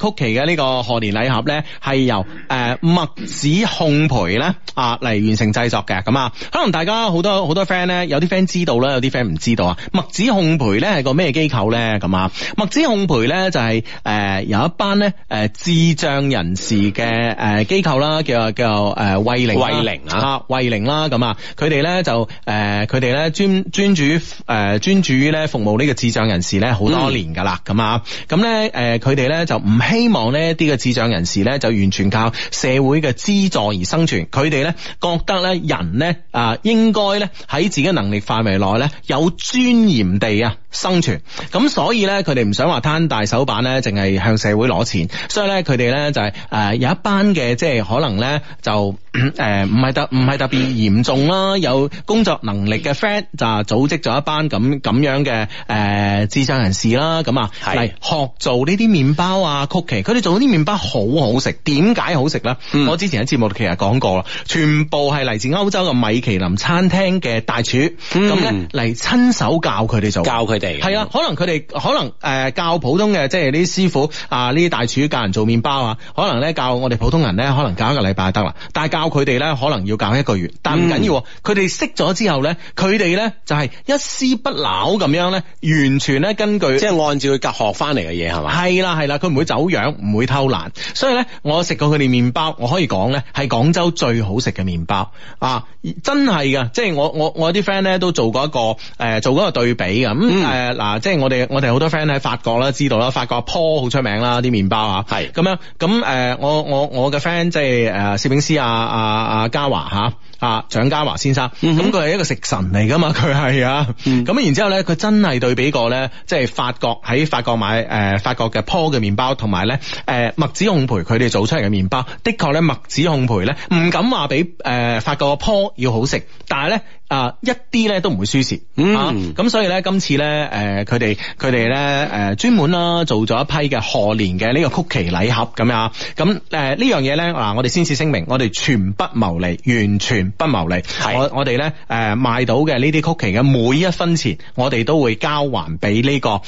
誒曲奇嘅呢個賀年禮盒咧，係由誒麥子烘焙咧啊嚟完成製作嘅。咁啊，可能大家好多好多 friend 咧，有啲 friend 知道啦，有啲 friend 唔知道啊。麥子烘焙咧係個咩機構咧？咁啊，麥子烘焙咧就係、誒有一班咧誒智障人士嘅誒機構啦，叫叫誒慧玲啦慧玲啊啊慧玲啦咁啊，佢哋咧就誒佢哋咧專專注於誒專注於咧服務呢個智障人士咧好多年噶啦咁啊，咁咧誒佢哋咧就唔希望呢啲嘅智障人士咧就完全靠社會嘅資助而生存，佢哋咧覺得咧人咧啊應該咧喺自己能力範圍內咧有尊嚴地啊生存，咁所以咧佢哋唔想話攤大手板咧，淨係向社會攞錢，所以咧佢哋咧就係、呃有一班嘅即係可能咧就 誒唔係特唔係特別嚴重啦，有工作能力嘅 friend 就組織咗一班咁咁樣嘅誒、呃智障人士啦，咁啊係嚟學做呢啲麵包啊曲奇，佢哋做啲麵包好好食，點解好食咧？嗯我之前喺節目其實講過啦，全部係嚟自歐洲嘅米其林餐廳嘅大廚，嗯咁咧嚟親手教佢哋做。教佢哋係啊，可能佢哋可能誒、呃教普通嘅即係呢啲師傅啊，呢啲大廚教人做麵包啊，可能咧教我哋普通人咧，可能教一個禮拜得啦，但係教佢哋咧，可能要教一個月，但嗯唔緊要喎，佢哋識咗之後咧，佢哋咧就係一絲不苟咁樣咧，完全咧根據即係按照佢教學翻嚟嘅嘢係嘛？係啦係啦，佢唔會走樣，唔會偷懶，所以咧，我食過佢哋麵包，我可以講咧係廣州最好食嘅麵包啊！真係噶，即係我我我有啲 friend 咧都做過一個誒、呃做過一個對比嘅嗯咁呃誒嗱，即係我哋我哋好多 friend 喺法國啦，知道啦，法國 p 好出名啦啲麵包啊，係咁樣咁誒、呃我我我嘅 friend 即係誒攝影師啊啊啊嘉華嚇。啊，蔣家華先生，嗯咁佢係一個食神嚟噶嘛， 佢係啊，咁、然之後咧，佢真係對比過咧，即係法國喺法國買誒、呃法國嘅 p 嘅麵包，同埋咧誒麥子烘焙佢哋做出嚟嘅麵包，的確咧麥子烘焙咧唔敢話比誒法國嘅 p 要好食，但係咧啊一啲咧都唔會輸蝕、嗯啊，咁所以咧今次咧誒佢哋佢哋呃咧誒專門啦做咗一批嘅賀年嘅呢個曲奇禮盒咁樣，咁誒呢樣嘢咧嗱，我哋先至聲明，我哋全不牟利，完全不牟利。我我哋咧誒賣到嘅呢啲曲奇嘅每一分錢，我哋都會交還俾呢、呃個誒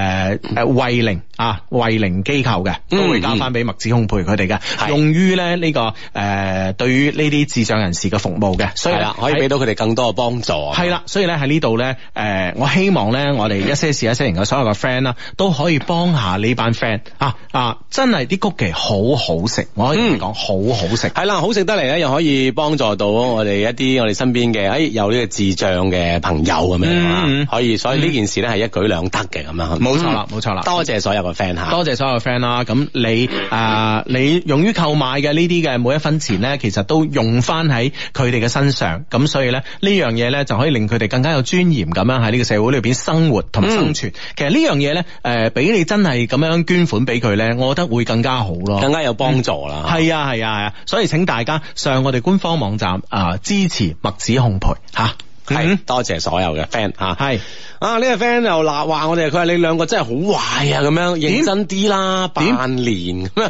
誒惠靈啊惠靈機構嘅，嗯都會交翻俾麥子烘焙佢哋嘅，用於咧呢、個誒、對於呢啲智障人士嘅服務嘅，所以係呢啦，可以俾到佢哋更多嘅幫助。啊系啦，所以咧喺呢度咧，诶、我希望咧，我哋一些事一些情嘅所有嘅 friend 啦，都可以幫下呢班 friend 啊啊！真係啲曲奇好好食，我可以同你講好好食。係啦，好食得嚟咧，又可以幫助到我哋一啲我哋身邊嘅，哎有呢個智障嘅朋友咁樣啊嗯嗯，可以，所以呢件事咧係一舉兩得嘅咁樣。冇錯啦冇錯啦多謝所有嘅 friend 吓。多謝所有 friend 啦，咁你誒、啊你用於購買嘅呢啲嘅每一分錢咧，其實都用翻喺佢哋嘅身上，咁所以咧呢樣嘢咧就可以令佢哋更加有尊嚴咁樣喺呢個社會裏邊生活同埋生存。其實呢樣嘢咧誒，俾、你真係咁樣捐款俾佢咧，我覺得會更加好咯，更加有幫助啦。係啊係啊係啊，所以請大家上我哋官方網站啊、支持墨子烘焙吓。係嗯多謝所有嘅 friend 吓。係啊，呢個 friend 又鬧話我哋，佢話你兩個真係好壞啊，咁樣認真啲啦，點扮年咁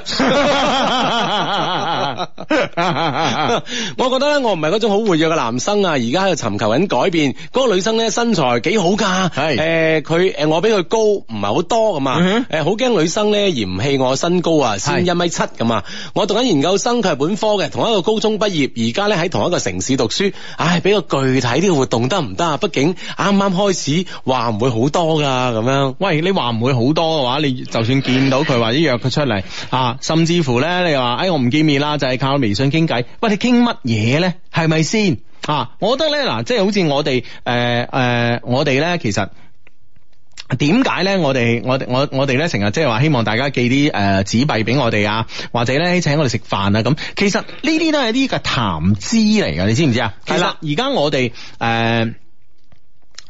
樣。 我覺得咧，我唔係嗰種好活躍嘅男生啊，而家喺度尋求緊改變。嗰、個女生咧身材幾好㗎，係誒佢誒我比佢高唔係好多咁嗯啊，誒好驚女生咧嫌棄我身高啊，先一米七咁啊。我讀緊研究生，佢係本科嘅，同一個高中畢業，而家咧喺同一個城市讀書。唉，俾個具體啲嘅活動得唔得啊？畢竟啱啱開始，話唔會好多㗎咁樣。喂，你話唔會好多嘅啊話，你就算見到佢或者約佢出嚟啊，甚至乎咧，你話哎我唔見面啦，就係、靠微信傾偈。喂，你傾乜嘢咧？係咪先啊？我覺得咧嗱，即係好似我哋誒誒，我哋咧其實。點解咧？我哋我我我哋咧成日即係話希望大家寄啲誒紙幣俾我哋啊，或者咧請我哋食飯啊咁。其實呢啲都係啲嘅談資嚟嘅，你知唔知啊？其係實啦而家我哋誒。呃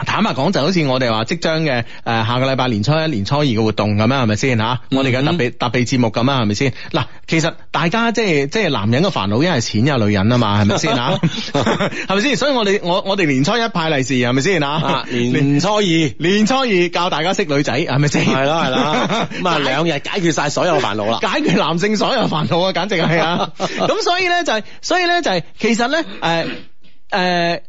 坦白講，就好似我哋話即將嘅誒、呃下個禮拜年初一、年初二嘅活動咁啊樣，係咪嗯先吓？我哋嘅特別特別節目咁啊，係咪先？嗱，其實大家即係即係男人嘅煩惱，一係錢，一係女人啊嘛，係咪先 吓？係咪先？所以我哋我我哋年初一派利是，係咪先吓啊，？年初二係 年初二教大家識女仔，係咪先？啦係啦，咁啊兩日解決晒所有嘅煩惱啦。解決男性所有煩惱啊，簡直係啊！ 咁所以咧就係、所以咧就係、其實咧誒誒誒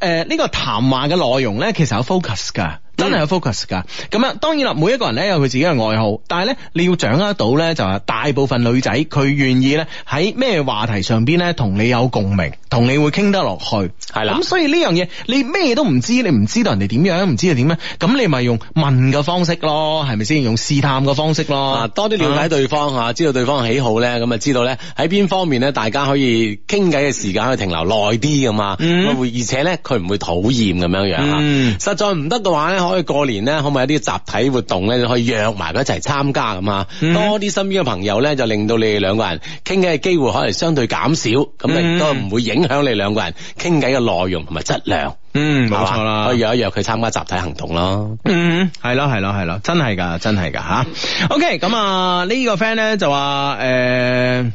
呃呢個談話嘅內容咧，其實有 focus 噶。真係有 focus 噶，咁啊，當然啦，每一個人咧有佢自己嘅愛好，但係咧你要掌握到咧就係大部分女仔佢願意咧喺咩話題上邊咧同你有共鳴，同你會傾得落去，係啦咁所以呢樣嘢你咩都唔知，你唔知道人哋點樣，唔知道點樣，咁你咪用問嘅方式咯，係咪先？用試探嘅方式咯，啊，多啲了啊解對方吓，知道對方嘅喜好咧，咁啊知道咧喺邊方面咧，大家可以傾偈嘅時間可以停留耐啲咁啊，嗯咁啊會而且咧佢唔會討厭咁樣樣啊。嗯實在唔得嘅話咧，可以過年咧，可唔可以有啲集體活動咧，可以約埋佢一齊參加咁啊？嗯多啲身邊嘅朋友咧，就令到你哋兩個人傾偈嘅機會可能相對減少，咁嗯啊亦都唔會影響你兩個人傾偈嘅內容同埋質量。嗯，冇係錯嘛啦可以。約一約佢參加集體行動咯。嗯，係咯，係咯，係咯，真係噶，真係噶吓。OK，咁啊，呢個 friend 咧就話誒。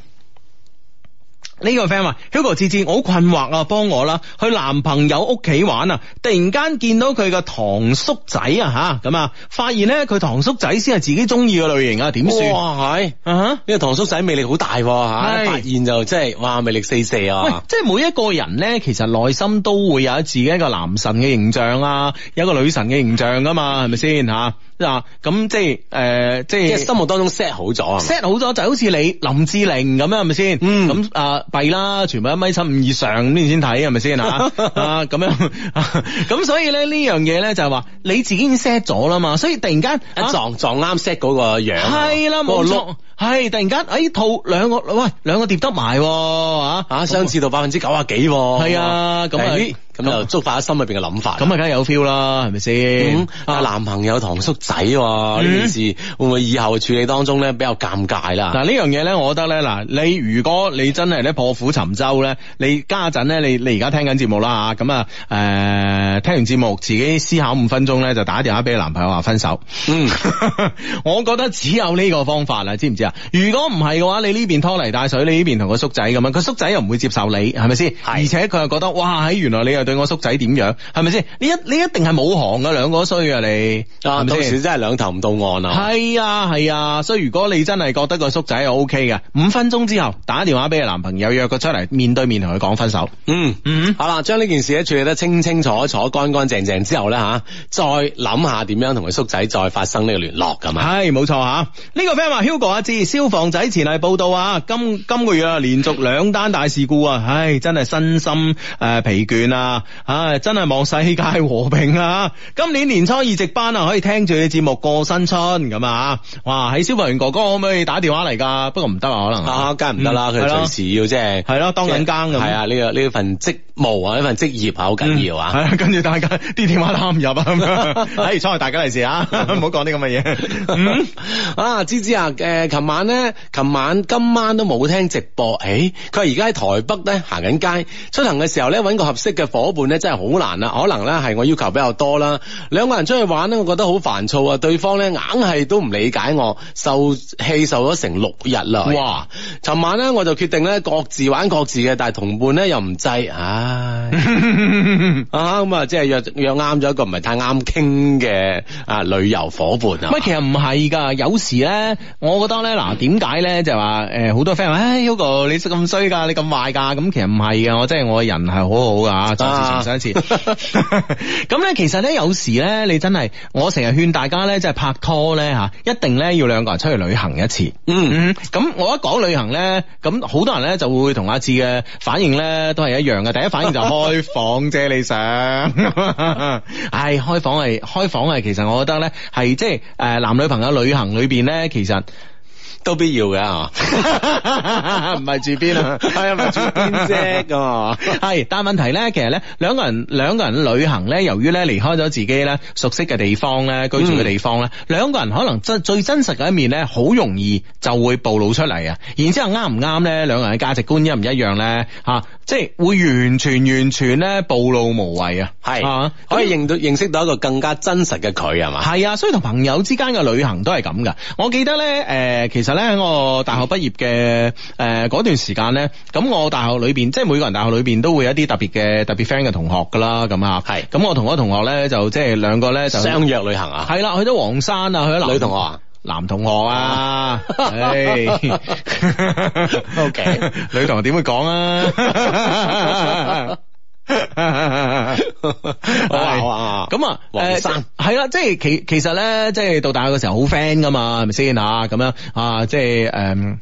呢個 friend 話，Hugo 志志，我好困惑啊，幫我啦，去男朋友屋企玩啊，突然間見到佢個堂叔仔啊吓，咁啊，發現咧佢堂叔仔先係自己中意嘅類型啊，點算？哇，係。啊哈呢個唐叔仔魅力好大喎吓，係一發現就即係哇魅力四射喂啊！，即係每一個人咧，其實內心都會有自己一個男神嘅形象啊，有一個女神嘅形象噶嘛，係咪先吓？嗱，咁即係誒、呃即即係係心目當中 set 好咗啊！ set 好咗，就好似你林志玲咁樣，係咪先？嗯咁啊弊啦，全部一米七五以上咁你先睇，係咪 先吓？啊咁樣，咁所以咧呢樣嘢咧就係話你自己已經 set 咗啦嘛，所以突然間一啊撞撞啱 set 嗰個樣啊，系啦，嗰冇個錯，係突然間，哎，套兩個，喂，兩個疊得埋喎，啊，啊相似到百分之九啊幾喎，係啊咁啊咦咁就觸發咗心裏邊嘅諗法。咁啊，梗係有 feel 啦，係咪先嗯？啊男朋友堂叔仔嗯喎，呢件事會唔會以後嘅處理當中咧比較尷尬啦？嗱呢樣嘢咧，我覺得咧，嗱你如果你真係咧破釜沉舟咧，你家陣咧，你你而家聽緊節目啦嚇，咁啊誒聽完節目自己思考五分鐘咧，就打電話俾你男朋友話分手。 嗯，我覺得只有呢個方法啦，知唔知啊？如果唔係嘅話，你呢邊拖泥帶水，你呢邊同個叔仔咁樣，個叔仔又唔會接受你，係咪先？而且佢又覺得哇，喺原來你又對我叔仔點樣，係咪先？你一你一定係冇行嘅兩個衰啊你，啊係咪到先時真係兩頭唔到岸啊！係啊係啊，所以如果你真係覺得個叔仔係 O K 嘅，五分鐘之後打電話俾你男朋友，約佢出嚟面對面同佢講分手。嗯。嗯，好啦，將呢件事咧處理得清清楚楚、乾乾淨淨之後咧吓，再諗下點樣同佢叔仔再發生呢個聯絡咁啊。係冇錯吓。呢個 friend 話 Hugo 啊阿志，消防仔前例報道啊，今今個月啊連續兩單大事故啊，唉真係身心誒疲倦啊，唉真係望世界和平啊。今年年初二值班啊，可以聽住你節目過新春咁啊。哇，喺消防員哥哥可唔可以打電話嚟㗎？不過唔得啊，可能啊，梗係唔得啦，嗯佢係咯隨時要即係係咯當緊更咁係啊，呢個呢份職務啊，呢份職業啊，好緊要係啊。啊，跟住大家 啲電話打唔入啊，咁 樣，哎，所以大家利是啊，唔好講啲咁嘅嘢。嗯啊，芝芝啊，誒，琴晚咧，琴晚今晚都冇聽直播。誒，佢話而家喺台北咧行緊街，出行嘅時候咧揾個合適嘅伙伴咧真係好難啦。可能咧係我要求比較多啦。兩個人出去玩咧，我覺得好煩躁啊。對方咧硬係都唔理解我，受氣受咗成六日啦。哇！尋晚咧我就決定咧各自玩各自嘅，但係同伴咧又唔制， 唉。啊咁啊，即係約約啱咗一個唔係太啱傾嘅啊旅遊伙伴啊喂，。其實唔係㗎，有時咧，我覺得咧，嗱，點解咧就係話誒好多 friend 話，唉、h u g o 你咁衰㗎，你咁壞㗎，咁其實唔係㗎，我真係我人係好好㗎啊，再次重申一次。 咁咧、其實咧有時咧，你真係我成日勸大家咧，即係拍拖咧嚇，一定咧要兩個人出去旅行一次。嗯，嗯，咁我一講旅行咧，咁好多人咧就會同阿志嘅反應咧都係一樣嘅。第一反應就開房啫，你想？唉，開房係開房係，其實我覺得咧係即係誒男女朋友旅行裏邊咧，其實都必要嘅 啊。唔係住邊啊？係啊，咪住邊啫咁啊？ 係，但係問題咧，其實咧，兩個人兩個人旅行咧，由於咧離開咗自己咧熟悉嘅地方咧，居住嘅地方咧，嗯兩、個人可能真最真實嘅一面咧，好容易就會暴露出嚟啊！然之後啱唔啱咧，兩個人嘅價值觀一唔一樣咧，吓、即係會完全完全咧暴露無遺啊！係啊， 可以認到認識到一個更加真實嘅佢係嘛？係啊，所以同朋友之間嘅旅行都係咁噶。我記得咧，誒、其實咧喺我大學畢業嘅誒嗰段時間咧，咁我大學裏邊，即係每個人大學裏邊都會有一啲特別嘅特別 friend 嘅同學噶啦，咁啊，係咁我同嗰個同學咧就即係兩個咧就相約旅行啊？係啦，去咗黃山啊，去咗南女同學啊？男同學 啊，唉 OK 女同學點會講 啊？好啊好啊咁啊，黃山誒係啦，即係其其實咧，即係到大學嘅時候好 friend 噶嘛，係咪先啊？咁樣啊，即係誒。嗯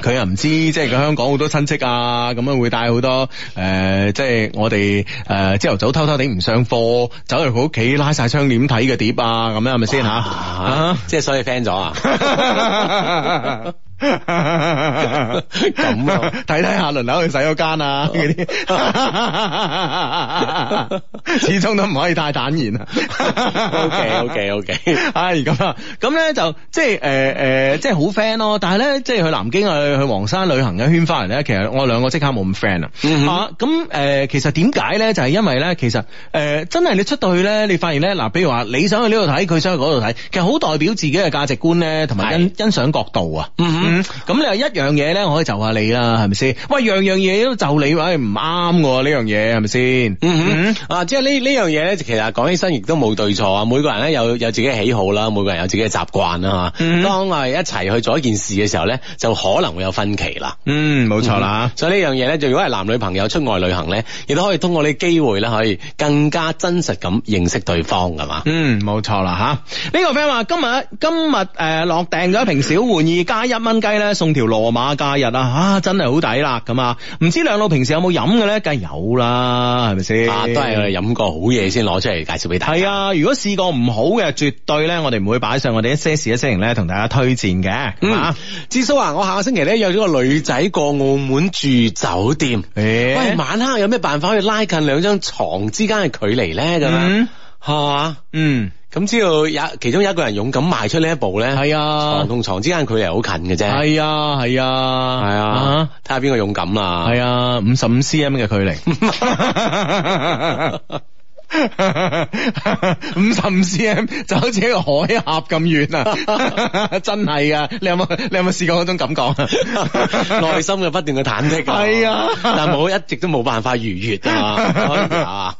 佢又唔知，即係佢香港好多親戚啊，咁樣會帶好多誒、呃即係我哋誒朝頭早偷偷地唔上課，走入佢屋企拉晒窗簾睇嘅碟啊，咁樣係咪先吓？啊啊，即係所以 friend 咗 啊？咁啊睇睇下輪流去洗手間啊，嗰啲，始終都唔可以太坦然啊。 OK，OK，OK 係咁啊，咁咧就即係誒誒，即係好 friend 咯。但係咧，即係去南京啊去去黃山旅行一圈翻嚟咧，其實我兩個即刻冇咁 friend 啊。嗯哼啊，咁誒，其實點解咧？就係因為咧，其實誒，真係你出到去咧，你發現咧，嗱，比如話你想去呢度睇，佢想去嗰度睇，其實好代表自己嘅價值觀咧，同埋欣欣賞角度啊。嗯，咁你話一樣嘢咧，我可以就下你啦，係咪先？喂，樣樣嘢都就你，喂唔啱喎，呢樣嘢係咪先？嗯哼，啊，即係呢呢樣嘢咧，其實講起身亦都冇對錯啊。每個人咧有有自己嘅喜好啦，每個人有自己嘅習慣啦嚇。嗯當我哋一齊去做一件事嘅時候咧，就可能會有分歧啦。嗯，冇錯啦。所以呢樣嘢咧，就如果係男女朋友出外旅行咧，亦都可以通過呢機會咧，可以更加真實咁認識對方，係嘛？嗯，冇錯啦吓。呢、個 friend 話今日今日誒、呃落訂咗一瓶小玩意加一蚊雞咧，送條羅馬假日啊，啊真係好抵啦咁啊！唔知兩老平時有冇飲嘅咧？梗係有啦，係咪先？啊，都係我哋飲過好嘢先攞出嚟介紹俾大家。嗯係，啊，如果試過唔好嘅，絕對咧，我哋唔會擺上我哋一些事一些情咧，同大家推薦嘅。咁嗯啊，，智叔啊，我下個星期咧約咗個女仔過澳門住酒店。誒喂，晚黑有咩辦法可以拉近兩張床之間嘅距離咧？咁樣嗯係嘛？嗯，咁只要有其中有一個人勇敢邁出呢一步咧，係啊床，同床之間距離好近嘅啫。係啊，係啊，係啊，睇下邊個勇敢啦。系啊，五十五 cm 嘅距離， 五十五 cm 就好似一個海峽咁遠啊！ 真係啊！你有冇你有冇試過嗰種感覺啊？ 內心嘅不斷嘅忐忑啊，係啊但冇一直都冇辦法逾越啊，哎 呀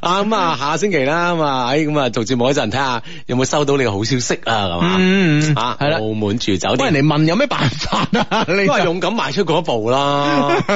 啊咁啊，下星期啦，咁啊，哎咁啊，做節目嗰陣睇下有冇收到你嘅好消息啊，咁啊，嗯，啊，係啦。澳門住酒喂，店，人哋問有咩辦法啊？你都係勇敢邁出嗰一步啦， 會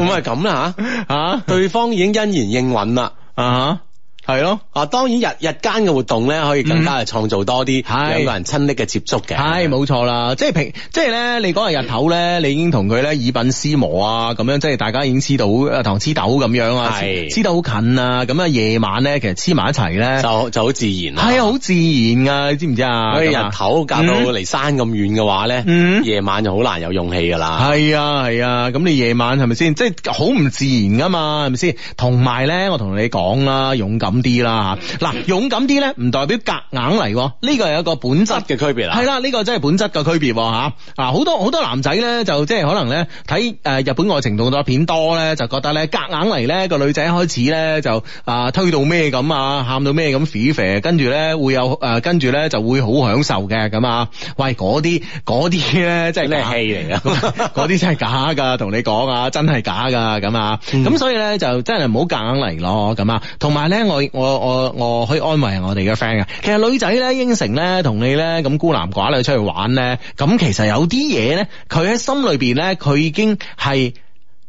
唔咁會係咁 啦吓？ 啊對方已經欣然應允啦。啊係咯。啊，當然日日間嘅活動咧，可以更加係創造多啲係兩個人親昵嘅接觸嘅。係嗯冇錯啦，即係平，即係咧，你嗰日日頭咧，你已經同佢咧以品思磨啊，咁樣即係大家已經黐到誒糖黐豆咁樣啊，係黐黐到好近啊，咁啊夜晚咧其實黐埋一齊咧，就就好自然啦。係啊好自然噶，你知唔知啊？所以咁啊日頭隔到離山咁遠嘅話咧，嗯夜晚就好難有勇氣噶啦。係啊係啊，咁你夜晚係咪先？即係好唔自然噶嘛，係咪先？同埋咧，我同你講啦，勇敢敢啲啦吓。嗱，勇敢啲咧，唔代表夾硬嚟喎，呢個係一個本質質嘅區別啊嗯系啦，呢、個真係本質嘅區別喎吓。啊，好多好多男仔咧，就即係可能咧睇诶日本愛情動作片多咧，就覺得咧夾硬嚟咧個女仔開始咧就啊推到咩咁啊，喊到咩咁肥肥，跟住咧會有诶、啊跟住咧就會好享受嘅咁啊。喂，嗰啲嗰啲咧即係你係假戲嚟㗎 嗰啲真係假㗎，同你講啊，真係假㗎咁啊。嗯咁、所以咧就真係唔好夾硬嚟咯咁啊。同埋咧，我我我我可以安慰我哋嘅 friend 嘅，其實女仔咧應承咧同你咧咁孤男寡女出去玩咧，咁其實有啲嘢咧，佢喺心裏邊咧，佢已經係。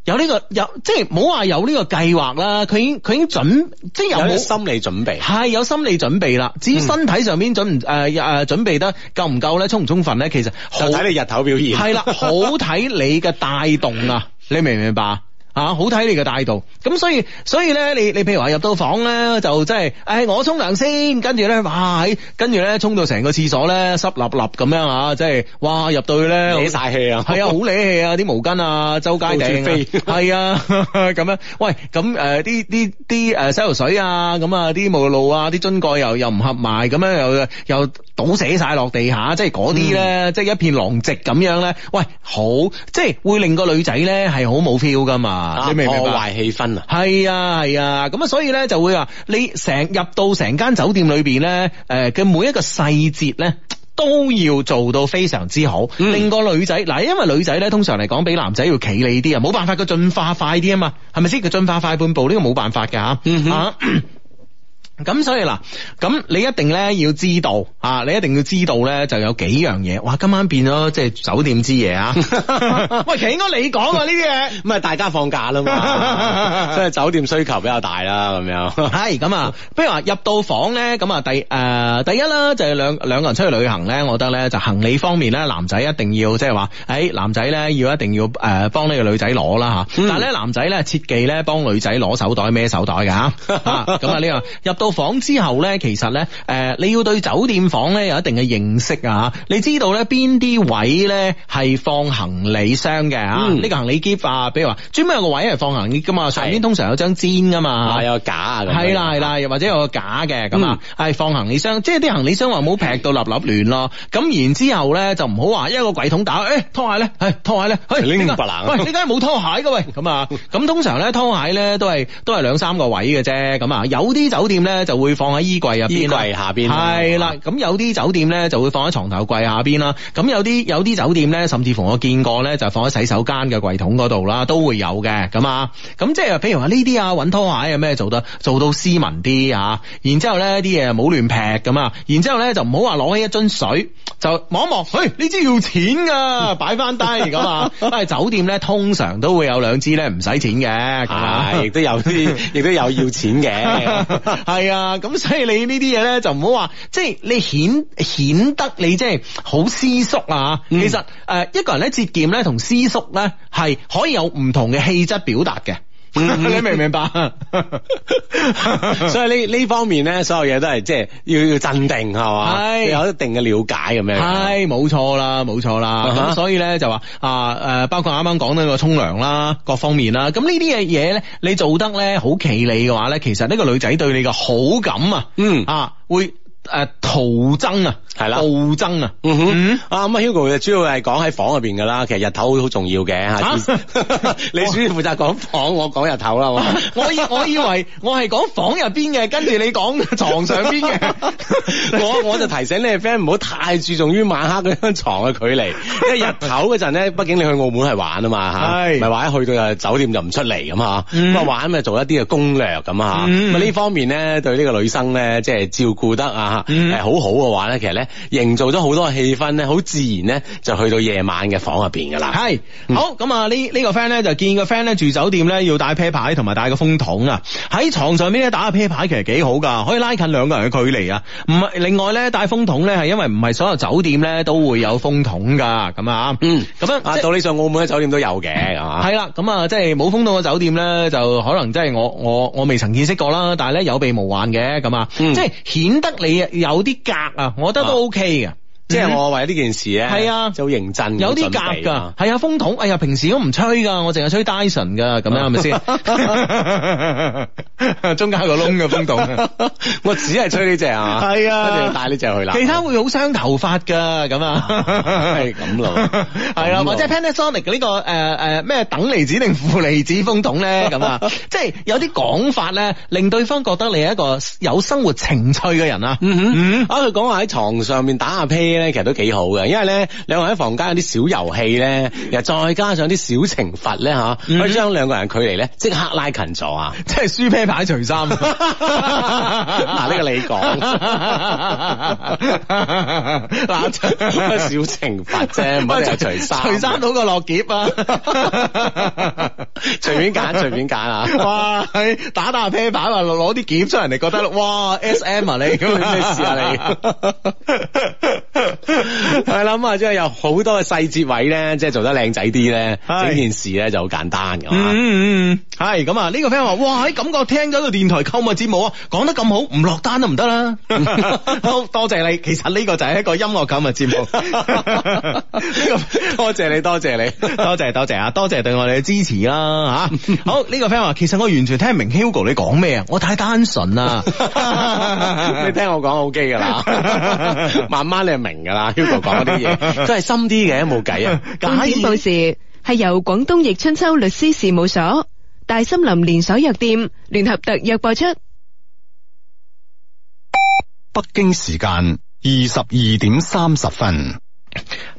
有呢、個有即係冇話有呢個計劃啦，佢已經佢已經準即係有有冇啲心理嗯準備。係有心理準備啦。至於身體上邊準唔誒誒準備得夠唔夠咧，充唔充分咧，其實好就睇你日頭表現，系 啦，好睇你嘅帶動啊，你明唔明白？啊，好睇你嘅帶動，咁所以所以咧，你你譬如話入到房咧，就真係，誒、我沖涼先，跟住咧，哇，喺跟住咧沖到成個廁所咧濕立立咁樣啊，即係，哇，入到去咧，你晒氣 啊，係啊，好理氣啊，啲毛巾啊，周街到處掟飛啊，係啊， 咁樣。喂，咁誒啲啲啲誒洗頭水啊，咁啊啲沐浴露啊，啲樽蓋又又唔合埋，咁樣又又倒瀉晒落地下，即係嗰嗯啲咧，即係一片狼藉咁樣咧。喂，好，即係會令個女仔咧係好冇 feel 噶嘛，啊你明唔明破白？壞氣氛啊，係啊係啊，咁啊所以咧就會話你成入到成間酒店裏邊咧，誒、嘅每一個細節咧。都要做到非常之好，嗯令個女仔嗱，因為女仔咧通常嚟講比男仔要企理啲啊，冇辦法佢進化快啲啊嘛，係咪先？佢進化快半步呢、個冇辦法㗎吓。嗯哼啊 咁所以嗱，咁你一定咧要知道啊，你一定要知道咧就有幾樣嘢。哇，今晚變咗即係酒店之夜 啊！喂，其實應該你講啊呢啲嘢。咁啊大家放假啦 嘛，所以酒店需求比較大啦，咁 樣系咁啊，不如話入到房咧，咁啊第诶、呃第一啦，就係兩兩個人出去旅行咧，我覺得咧就行李方面咧，男仔一定要即係話，诶、男仔咧要一定要诶帮呢個女仔攞啦吓，嗯但係咧男仔咧切忌咧幫女仔攞手袋孭手袋嘅吓， 啊咁啊呢個入到房之後咧，其實咧诶、呃你要對酒店房咧有一定嘅認識啊，你知道咧邊啲位咧係放行李箱嘅啊，呢、嗯個行李箧啊，比如話專門有個位係放行李噶嘛，上面通常有張毡噶嘛。啊有假啊，咁樣嗯係啦係啦，又或者有個假嘅咁啊，係放行李箱，即係啲行李箱話唔好劈到立立亂咯。咁然之後咧就唔好話一個櫃桶打，誒拖鞋咧，係拖鞋咧，誒拎呢個白冷喂呢間冇拖鞋嘅喂，咁啊，咁通常咧拖鞋咧都係都係兩三個位嘅啫，咁啊有啲酒店咧就會放喺衣櫃入邊啦，啊衣櫃啊下邊係啦，咁有啲酒店咧就會放喺床頭櫃下邊啦，咁有啲有啲酒店咧，甚至乎我見過咧就放喺洗手間嘅櫃桶嗰度啦，都會有嘅咁啊。咁即係譬如話呢啲啊，揾拖鞋啊咩做得做到斯文啲啊，然之後咧啲嘢冇亂劈咁啊，然之後咧就唔好話攞起一樽水就望一望，嘿呢支要錢噶，擺翻低咁啊。但係酒店咧通常都會有兩支咧唔使錢嘅，咁啊係，亦都有啲，亦都有要 錢嘅。系啊，咁所以你呢啲嘢咧就唔好話，即係你顯顯得你即係好私縮啊。嗯其實诶、呃一個人咧節儉咧同私縮咧係可以有唔同嘅氣質表達嘅。嗯 你明唔明 白？嗯所以呢呢方面咧，所有嘢都係即係要要鎮定係嘛，係有一定嘅了解咁樣。系冇錯啦，冇錯啦。咁、啊哈所以咧就話啊诶，包括啱啱講到個沖涼啦，各方面啦。咁呢啲嘅嘢咧，你做得咧好企理嘅話咧，其實呢個女仔對你嘅好感啊，嗯啊會诶徒增啊，係啦暴增啊。嗯嗯 哼，啊咁啊，Hugo 就主要係講喺房入邊噶啦，其實日頭好重要嘅嚇。啊 你主要負責講房，我講日頭啦，好嘛我以我以為我係講房入邊嘅，跟住你講 床上邊 嘅。我我就提醒你嘅 friend 唔好太注重於晚黑嗰張床嘅距 離，因為日頭嗰陣咧，畢竟你去澳門係玩啊嘛嚇，係唔係話一去到就酒店就唔出嚟咁嚇，嗯咁啊玩咪做一啲嘅攻略咁啊嚇，嗯咁啊呢方面咧對呢個女生咧即係照顧得啊嗯係好好嘅話咧，其實咧營造咗好多嘅氣氛咧，好自然咧就去到夜晚嘅房入邊㗎啦。係嗯好咁啊！呢呢個 friend 咧就建議個 friend 咧住酒店咧要帶啤牌同埋帶個風筒啊。喺床上邊咧打個啤牌其實幾好㗎，可以拉近兩個人嘅距離啊。唔係另外咧帶風筒咧係因為唔係所有酒店咧都會有風筒㗎，咁啊，嗯咁樣啊，即係道理上澳門嘅酒店都有嘅，係嘛？系啦，咁啊，即係冇封到嘅酒店咧，就可能即係我我我未曾見識過啦，但係咧有備無患嘅咁啊，嗯即係顯得你有啲格啊，我覺得都 OK 嘅。即係我為咗呢件事咧，係啊就好認真咁有啲準備夾㗎啊，。係啊，風筒，哎呀，平時都唔吹㗎，我淨係吹 Dyson 㗎，咁樣係咪 先？中間有個窿嘅風筒。我只係吹呢只啊，係啊一定要帶呢只去啦。其他會好傷頭髮㗎，咁啊，係咁咯 係啦，咁咯或者 Panasonic 呢個誒誒咩等離子定負離子風筒咧，咁 啊，即係有啲講法咧，令對方覺得你係一個有生活情趣嘅人啊。嗯哼，啊佢講話喺床上面打下啤咧，其實都幾好嘅，因為咧兩個人喺房間有啲小遊戲咧，又再加上啲小懲罰咧吓，嗯可以將兩個人嘅距離咧即刻拉近 咗啊！即係輸啤牌除衫，嗱 嗱呢個你講 嗱 小懲罰啫，唔好淨係除衫，除衫到個落夾啊！隨便揀，隨便 揀啊！哇，係打打 pair 牌話攞啲夾出嚟，人哋覺得哇 S M 啊你咁你咩事啊你係啦，咁啊，即係有好多嘅細節位咧，即係做得靚仔啲咧，係整件事咧就好簡單㗎嘛。 嗯嗯嗯，係咁啊！呢個 friend 話：哇，喺感覺聽咗個電台購物節目啊，講得咁好，唔落單都唔得 啦。好多謝你，其實呢個就係一個音樂購物節目。呢個多謝你，多謝你。多謝多謝啊，多謝對我哋嘅支持啦吓。好，呢個 friend 話：其實我完全聽唔明 Hugo 你講咩啊，我太單純啦。 你聽我講 O K 噶啦，慢慢你就明噶啦。Hugo 講嗰啲嘢都係深啲嘅，冇計啊。假重以點報時係由廣東易春秋律師事務所、大森林連鎖藥店聯合特約播出。北京時間二十二點三十分。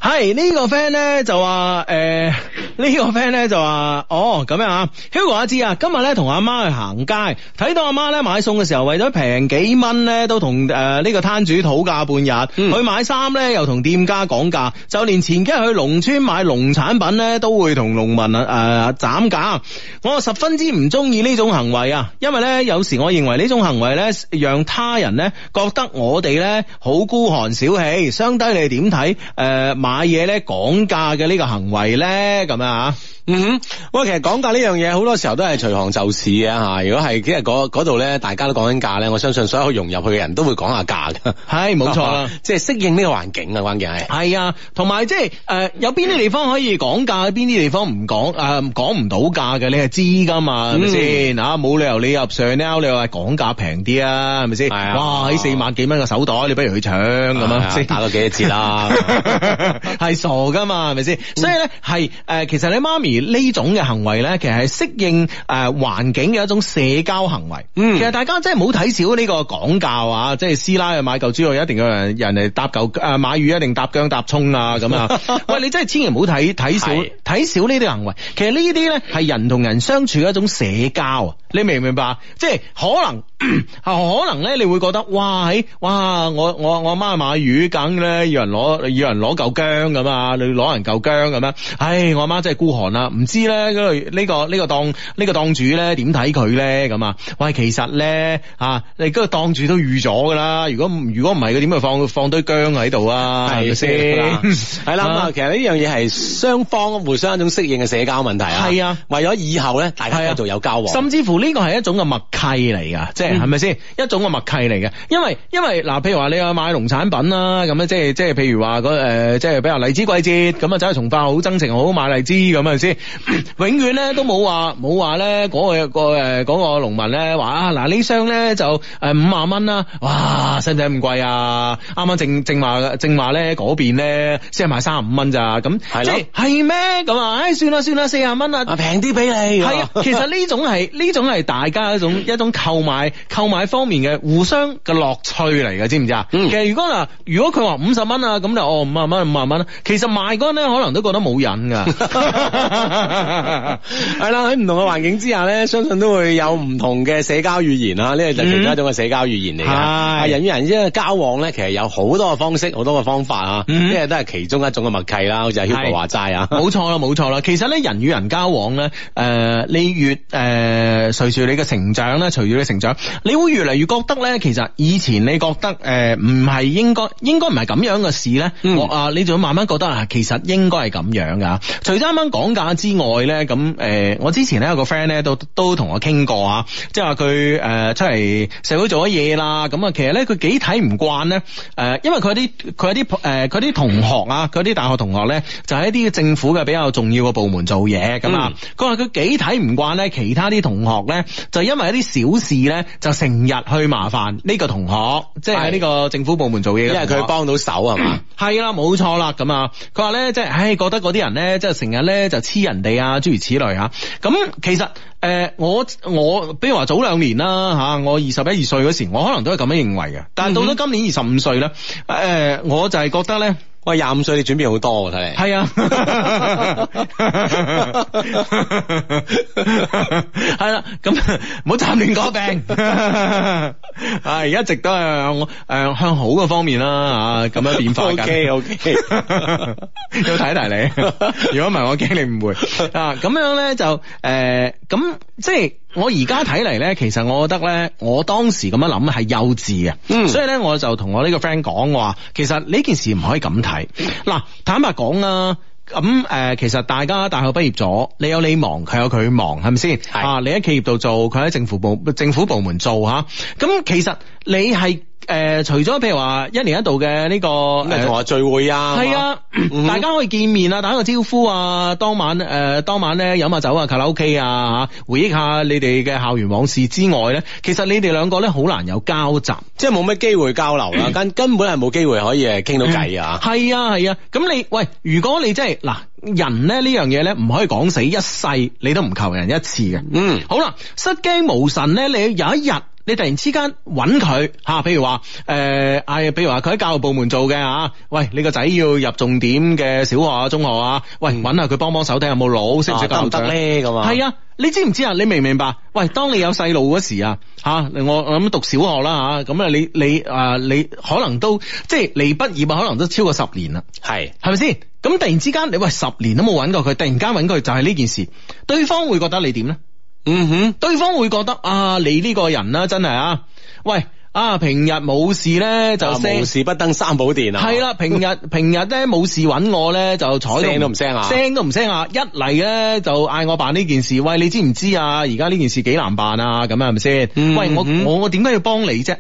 係呢、個 friend 咧就話誒，呢、個 friend 咧就話哦咁樣啊，Hugo 阿芝啊，今日咧同阿媽去行街，睇到阿媽咧買餸嘅時候，為咗平幾蚊咧，都同誒呢個攤主討價半日，嗯去買衫咧又同店家講價，就連前幾日去農村買農產品咧，都會同農民呃誒斬價。我十分之唔中意呢種行為啊，因為咧有時我認為呢種行為咧，讓他人咧覺得我哋咧好孤寒小氣，相低你哋點睇？誒、買嘢咧講價嘅呢個行為咧，咁啊嗯哼，喂，其實講價呢樣嘢好多時候都係隨行就市嘅吓。如果係即係嗰嗰度咧，大家都講緊價咧，我相信所有融入去嘅人都會講下價嘅。係冇錯 啊啦。即係適應呢個環境啊，關鍵係。係啊，同埋即係誒，有邊啲地方可以講價，邊啲地方唔講誒，講唔到價嘅，你係知噶嘛，係嗯咪先啊？冇理由你入上 now，你話講價平啲啊，係咪先？係啊哇，喺四萬幾蚊嘅手袋，你不如去搶咁係啊，先打個幾 折啦。啊係傻噶嘛，係咪先？所以咧係誒，其實你媽咪呢種嘅行為咧，其實係適應誒呃環境嘅一種社交行為。嗯其實大家真係唔好睇少呢個講價啊，即係師奶去買嚿豬肉一定要人人哋搭嚿誒買魚一定搭姜搭葱啊咁啊。喂，你真係千祈唔好睇睇少係睇少呢啲行為。其實呢啲咧係人同人相處嘅一種社交啊，你明唔明白？即係可能。 啊，可能咧你會覺得哇，喺哇，我我我阿媽買魚梗咧，要人攞要人攞嚿姜咁啊，你攞人嚿姜咁樣，唉，我阿媽真係孤寒啦，唔知咧嗰類呢個呢、個檔呢、個檔主咧點睇佢咧咁啊？喂，其實咧啊，你嗰個檔主都預咗噶啦，如果唔如果唔係佢點會放放堆姜喺度啊？係咪先？係啦，咁啊，其實呢樣嘢係雙方互相一種適應嘅社交問題啊。係啊，啊為咗以後咧，大家繼續有交往。嗯甚至乎呢個係一種嘅默契嚟噶，即係係咪先一種嘅默契嚟嘅？因為因為嗱，譬如話你去買農產品啦，咁啊咧即係即係譬如話嗰誒，即係比如話荔枝季節咁啊，走去從化好、增城好買荔枝咁係咪 先？永遠咧都冇話冇話咧嗰個個誒嗰個農民咧話啊嗱呢箱咧就誒五萬蚊啦，哇使唔使咁貴啊？啱啱正正話正話咧嗰邊咧先係賣三十五蚊咋咁，係即咯係係咩咁啊？唉算啦算啦，四十蚊啊啊，平啲俾你。係啊，其實呢種 係呢種係大家一種一種購買購買方面嘅互相嘅樂趣嚟嘅，知唔知啊？嗯其實如果嗱，如果佢話五十蚊啊，咁就哦五萬蚊五萬蚊啦，其實賣嗰個人咧可能都覺得冇癮 噶。係啦，喺唔同嘅環境之下咧，相信都會有唔同嘅社交語言啊啦。呢個就係其中一種嘅社交語言嚟嘅。嗯嗯係啊人與人之間嘅交往咧，其實有好多嘅方式，好多嘅方法啊。嗯呢個都係其中一種嘅默契啦。好似阿 Hugo 係話齋啊。 冇錯啦，冇錯啦。其實咧，人與人交往咧，誒、你越誒、呃、隨住你嘅成長咧，隨住你嘅成長，你會越嚟越覺得咧，其實以前你覺得誒唔係應該，應該唔係咁樣嘅事咧，嗯我啊，你就會慢慢覺得啊，其實應該係咁樣噶。除咗啱啱講價價之外咧，咁誒、呃我之前咧有個 friend 咧都都同我傾過啊，即係話佢誒出嚟社會做咗嘢啦，咁啊其實咧佢幾睇唔慣咧誒，因為佢啲佢啲誒佢啲同學啊，佢啲大學同學咧就喺、一啲政府嘅比較重要嘅部門做嘢咁啊嗯，佢話佢幾睇唔慣咧其他啲同學咧，就因為一啲小事咧就成日去麻煩呢個同學，即係喺呢個政府部門做嘢嘅因同學，為佢幫到手係嘛，系啦，冇錯啦，咁啊，佢話咧，即係，唉，覺得嗰啲人咧，即係成日咧就黐人哋啊，諸如此類啊。咁其實，诶、我我，比如話早兩年啦，吓、我二十一二歲嗰時，我可能都係咁樣認為嘅。但係到咗今年二十五歲咧，诶、我就係覺得咧。喂，廿五歲你轉變好多喎，睇嚟。系啊，系啦，咁唔好站亂嗰病，系一直都係向我诶向好嘅方面啦，吓咁樣變化 O 緊。 K O K， 要睇 睇你，如果唔係我驚你誤會啊！咁樣咧就诶，咁、即係我而家睇嚟咧，其實我覺得咧，我當時咁樣諗係幼稚嘅，嗯所以咧我就同我呢個 friend 講，我話其實呢件事唔可以咁睇。嗱，坦白講啊。咁誒、呃其實大家大學畢業咗，你有你忙，佢有佢忙，係咪先？啊，你喺企業度做，佢喺政府部政府部門做嚇。咁、其實你係誒、呃除咗譬如話一年一度嘅呢、個 咁咪呃同我聚會啊，系啊，嗯大家可以見面啊，打個招呼啊，當晚诶、呃，当晚咧飲下酒啊，卡拉 OK 啊，吓回憶下你哋嘅校園往事之外咧，其實你哋兩個咧好難有交集。啊即係冇乜機會交流 啦，根根本係冇機會可以誒傾到偈啊。係啊係啊，咁你喂，如果你真係嗱人咧呢樣嘢咧，唔可以講死一世，你都唔求人一次嘅。嗯好啦，失驚無神咧，你有一日。你突然之間揾佢嚇，譬如話誒嗌，譬如話佢喺教育部門做嘅嚇、啊喂，你個仔要入重點嘅小學啊、中學啊，喂，揾下佢幫幫手睇下有冇腦，識唔識嗯啊得唔得教佢咧咁啊係啊，你知唔知啊？你明唔明白？喂，當你有細路嗰時啊，嚇、嗯我我諗讀小學啦嚇，咁啊你你啊你可能都即係離畢業啊，可能都超過十年啦。係係咪先？咁突然之間，你喂十年都冇揾過佢，突然間揾佢就係呢件事，對方會覺得你點呢？嗯哼，對方會覺得啊，你呢個人啦，真係啊，喂啊，平日冇事呢，就就啊無 send- 事不登三寶殿啊。係啦，平 日平日咧冇事揾我咧就睬聲都唔聲啊聲都唔聲啊！一嚟咧就嗌我辦呢件事，喂你知唔知啊？而家呢件事幾難辦啊？咁啊係咪先？嗯喂我嗯我我點解要幫你啫？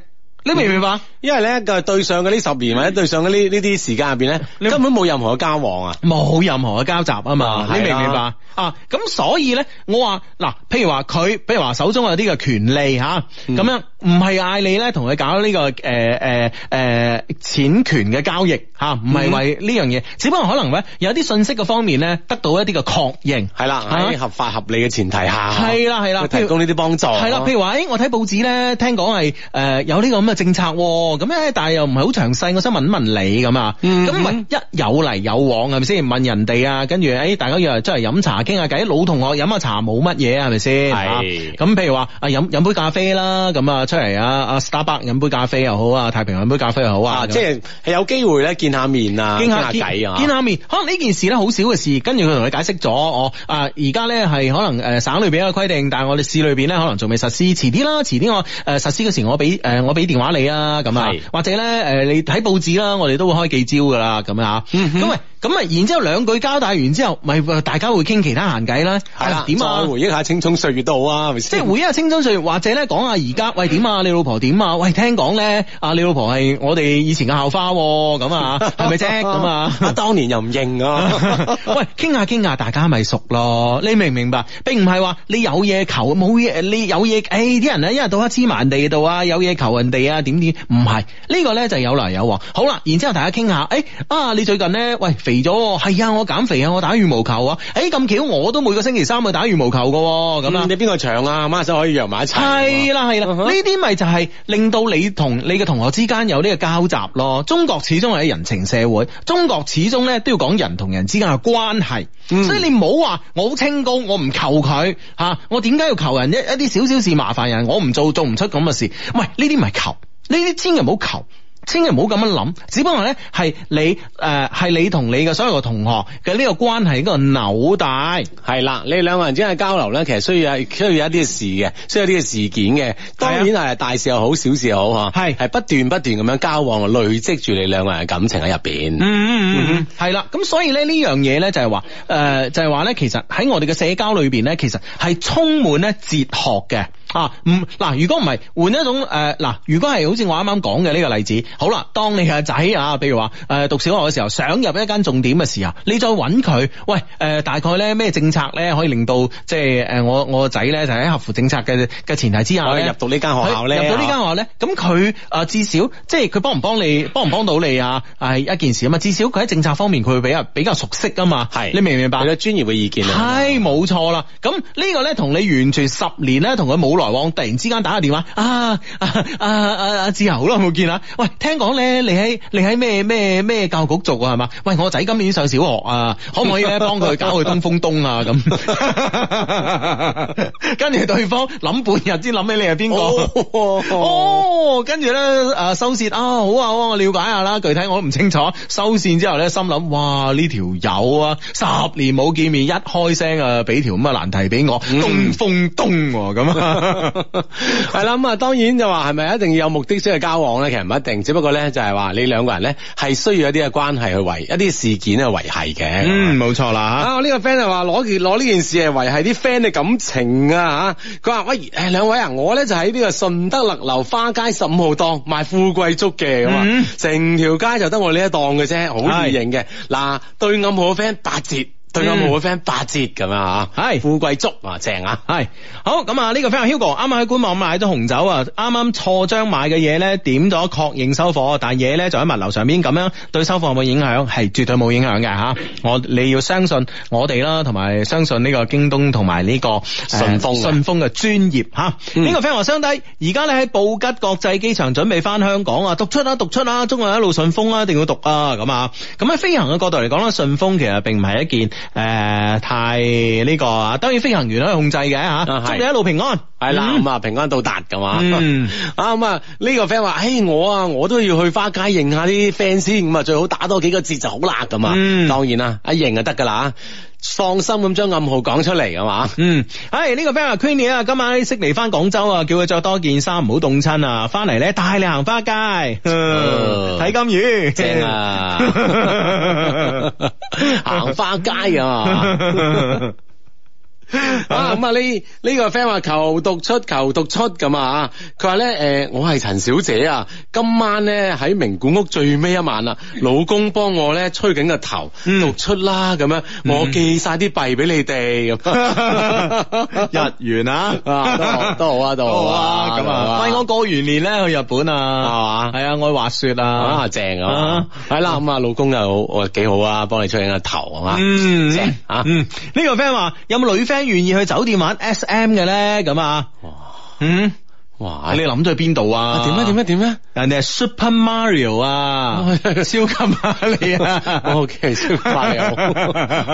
你明唔明白？因為咧個對上嘅呢十年或者對上嘅呢呢啲時間入邊你咧，根本冇任何嘅交往啊。冇任何嘅交集啊嘛啊，你係明啦唔明白啊？咁所以咧，我話嗱，譬如話佢，譬如話手中有啲嘅權利吓，嗯咁、樣唔係嗌你咧同佢搞呢、個誒誒誒錢權嘅交易吓，唔、嗯係為呢樣嘢，只不過可能咧有啲信息嘅方面咧得到一啲嘅確認。係啦，啊喺合法合理嘅前提下，係啦係啦去啊提供呢啲幫助。係啦，譬如話，誒，我睇報紙咧，聽講係誒有呢個咁嘅政策喎，咁咧，但係又唔係好詳細，我想問一問你咁啊。嗯咁咪一有嚟有往係咪先？問人哋啊，跟住誒，大家約嚟出嚟飲茶傾下偈，老同學飲下茶冇乜嘢係咪先？係啊咁譬如話啊，飲飲杯咖啡啦，咁啊出嚟啊啊 Starbucks 飲杯咖啡又好啊，太平洋飲杯咖啡又好啊，啊，咁即係係有機會咧見下面啊，傾傾下下偈偈啊，啊，見下面。可能呢件事咧好少嘅事，跟住佢同你解釋咗，我啊而家咧係可能誒省裏邊有個規定，但係我哋市裏邊咧可能仲未實施，遲啲啦，遲啲我誒實施嗰時我俾誒我俾電話你啊，咁啊係，或者咧誒你睇報紙啦，我哋都會開記招噶啦，咁啊，嗯咁咪咁咪，然之後兩句交代完之後，咪呃大家會傾其他閒偈啦，係啦啊，點啊再？回憶下青蔥歲月都好啊，係咪即先，係回憶下青春歲月，或者咧講下而家，喂點啊？你老婆點啊？喂，聽講咧，啊你老婆係我哋以前嘅校花喎咁啊，係咪啫？咁啊當年又唔認啊， 喂，傾下傾下，大家咪熟咯。你明唔明白？並唔係話你有嘢求冇嘢，你有嘢，誒、啲人咧一日到黑黐埋人哋度啊，有嘢求人哋啊，點點唔係呢個咧就有來有往。好啦，然之後大家傾下，誒、啊，你最近咧喂肥咗喎，係啊，我減肥啊，我打羽毛球啊，誒、咁巧我都每個星期三去打羽毛球噶喎，咁啊。 咁你邊個長啊？孖手可以約埋一齊啊。係啦係啦，嗯哼呢啲咪就係令到你同你嘅同學之間有呢個交集咯。中國始終係人情社會，中國始終咧都要講人同人之間嘅關係，嗯所以你唔好話我好清高，我唔求佢吓、啊我點解要求人一一啲少少事麻煩人，我唔做做唔出咁嘅事。喂，呢啲咪求，呢啲千祈唔好求。千祈唔好咁樣諗，只不過咧係你誒係、你同你嘅所有嘅同學嘅呢個關係嗰個紐帶。係啦，你哋兩個人之間嘅交流咧，其實需要有需要有一啲嘅事嘅，需要有啲嘅事件啊嘅。當然係大事又好，小事又好吓，係係不斷不斷咁樣交往，累積住你兩個人嘅感情喺入邊。嗯嗯嗯，係啦，咁所以咧呢樣嘢咧就係話，誒、就係話咧，其實喺我哋嘅社交裏邊咧，其實係充滿咧哲學嘅。啊，唔嗱，如果唔係換一種誒嗱、如果係好似我啱啱講嘅呢個例子，好啦，當你嘅仔啊，譬如話誒、讀小學嘅時候，想入一間重點嘅時候，你再揾佢，喂誒、呃大概咧咩政策咧可以令到即係誒我我個仔咧就喺合乎政策嘅嘅前提之下可以咧入到呢啊間學校咧，入到呢間學校咧，咁佢啊至少即係佢幫唔幫你，幫唔幫到你啊，係一件事啊嘛。至少佢喺政策方面佢會比較比較熟悉啊嘛。係你明唔明白你？嘅專業嘅意見啊。係冇錯啦，咁呢個咧同你完全十年咧同佢冇來往，突然之間打個電話啊啊啊啊啊！志豪好耐冇見啦，喂，聽講咧你喺你喺咩咩咩教育局做啊係嘛？喂，我仔今年上小學啊，可唔可 以咧幫佢搞去東風東啊咁？跟住對方諗半日先諗起你係邊個？哦，跟住咧誒收線啊，好啊好啊，我了解下啦，具體我都唔清楚。收線之後咧，心諗哇呢條友啊，十年冇見面，一開聲啊，俾條咁嘅難題俾我，東風東喎咁啊，係啦，咁啊，當然就話係咪一定要有目的先去交往咧？其實唔一定，只不過咧就係話你兩個人咧係需要一啲嘅關係去維，一啲事件去維係嘅。嗯，冇錯啦啊！我呢個 friend 就話攞件攞呢件事係維係啲 friend 嘅感情啊嚇。佢話：喂，誒兩位啊，我咧就喺呢個順德勒流花街十五號檔賣富貴竹嘅咁啊嗯，成條街就得我呢一檔嘅啫，好易認嘅。嗱，對暗號嘅 friend 八折，對暗號嘅 friend 八折咁啊嚇。係富貴竹啊，正啊！吓。係好 咁啊！呢個 friend Hugo 啱啱喺官網買咗紅酒啊，啱啱錯張買嘅嘢咧點咗確認收貨，但嘢咧就喺物流上邊咁樣對收貨有冇影響？係絕對冇影響嘅吓。我你要相信我哋啦，同埋相信呢個京東同埋呢個呃誒順豐啊順豐嘅專業吓。呢、嗯個 friend 話相低，而家咧喺布吉國際機場準備翻香港啊，讀出啦，讀出啦，中國一路順風啦，一定要讀啊，咁啊，咁喺飛行嘅角度嚟講咧，順風其實並唔係一件誒、呃太呢、個啊，當然飛行員可以控制嘅吓，啊係祝你一路平安，係啦，嗯咁啊平安到達噶嘛，嗯 啊咁啊呢個 friend 話，唉我啊我都要去花街認下啲 friend 先，咁啊最好打多幾個折就好啦咁嗯啊，當然啦，一認就得噶啦，放心咁將暗號講出嚟啊噶嘛，嗯，唉，呢、個 friend 話 Queenie 啊，今晚喺悉尼翻廣州啊，叫佢着多件衫，唔好凍親啊，翻嚟咧帶你行花街，嗯哦 睇、金魚，正 啊， 行花街啊。 啊咁啊呢呢個 friend 話求讀出求讀出咁啊，佢話咧誒我係陳小姐啊，今晚咧喺名古屋最尾一 晚啦，老公幫我咧吹緊個頭，嗯讀出啦咁樣，我寄晒啲幣俾你哋咁。 日元啊， 啊都好都好啊都 好啊咁都好啊，啊喂，我過完年咧去日本啊，係嘛係啊，我去滑雪啊啊，正啊，係啦咁啊，老公又我幾好啊，幫你吹緊個頭啊嘛，嗯正啊嗯，呢個 friend 話有冇女 friend 願意去酒店玩 S M 嘅咧？咁啊，嗯，哇，你你諗咗去邊度啊？啊點啊點啊點啊！人哋係 Super Mario 啊，超級瑪利啊 O K，小朋友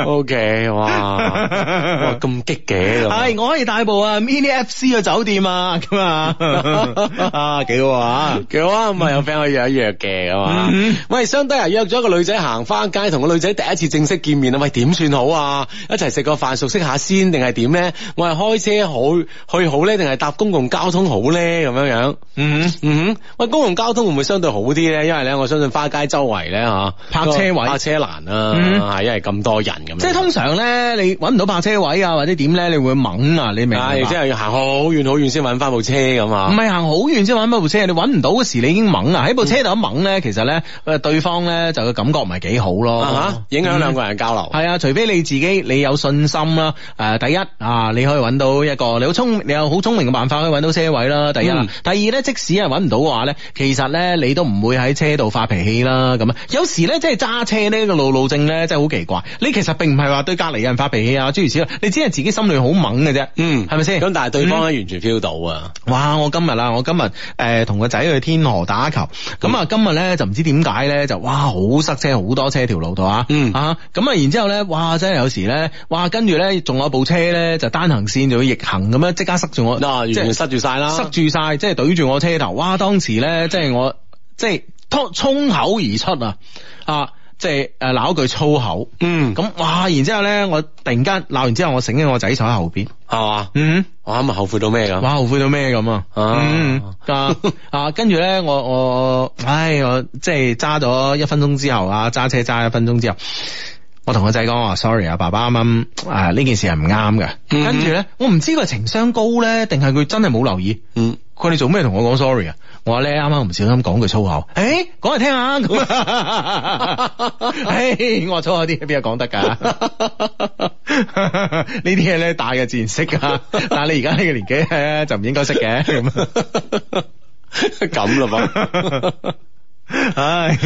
，O K，哇，哇咁激嘅 係，咁，我可以帶部啊 Mini FC 嘅酒店啊，咁啊， 啊幾好啊！幾好啊，咁啊有 friend 可以約一約嘅咁啊嗯，喂，相低啊，約咗個女仔行花街，同個女仔第一次正式見面啊，喂，點算好啊？一齊食個飯熟悉下先，定係點咧？我係開車好去好咧，定係搭公共交通好咧？咁樣樣，嗯，嗯哼，喂，公共交通會唔會相對好啲咧？因為咧，我相信花街周圍咧吓泊車位泊車難嗯啊，係因為咁多人咁樣，即係通常咧，你揾唔到泊車位啊，或者點咧，你會猛啊，你明唔啊，亦明即白？係要行好遠好遠先揾翻部車咁唔啊。係行好遠先揾到部車，你揾唔到嗰時你已經猛啊！喺部車度一猛咧，其實咧，誒對方咧就個感覺唔係幾好咯，嗯啊吓，影響兩個人嘅交流。係啊，除非你自己你有信心啦。誒、第一啊，你可以揾到一個你好聰，你有好聰明嘅辦法可以揾到車位啦。第一啦，嗯第二咧，即使係揾唔到嘅話咧，其實咧你都唔會喺車度發脾氣啦。咁啊，有時咧即係揸車呢個路路症咧，真係好奇怪。你其實並唔係話對隔離嘅人發脾氣啊，諸如此類，你只係自己心裏好猛嘅啫。嗯係咪先？咁但係對方咧完全 feel 到啊，哇！我今日啊，我今日誒同個仔去天河打球，咁嗯啊今日咧就唔知點解咧就哇好塞車，好多車條路度啊，嗯啊咁啊然之後咧哇真係有時咧哇跟住咧仲有部車咧就單行線就要逆行咁樣即刻塞住我，嗱，完嗯即係全塞住晒啦，嗯塞住晒，即係懟住我車頭。哇！當時咧即係我即係。衝衝口而出啊！啊，即係誒鬧一句粗口。嗯，咁哇！然之後咧，我突然間鬧完之後，我醒起我仔坐喺後邊。系嘛？嗯，我啱咪後悔到咩咁？哇！後悔到咩咁啊？啊嗯 啊啊！跟住咧，我我唉，我即係揸咗一分鐘之後啊，揸車揸一分鐘之後，我同個仔講我話 sorry 啊，爸爸啱啱啊呢件事係唔啱嘅。嗯跟住咧，我唔知佢係情商高咧，定係佢真係冇留意。嗯，佢哋做咩同我講 sorry 啊？我話咧啱啱唔小心講句粗口，誒、講嚟聽下 咁。誒、我話粗口啲嘢邊有講得㗎？ 呢啲嘢咧大嘅自然識 㗎，但係你而家呢個年紀咧就唔應該識嘅咁。咁啦噃。 唉，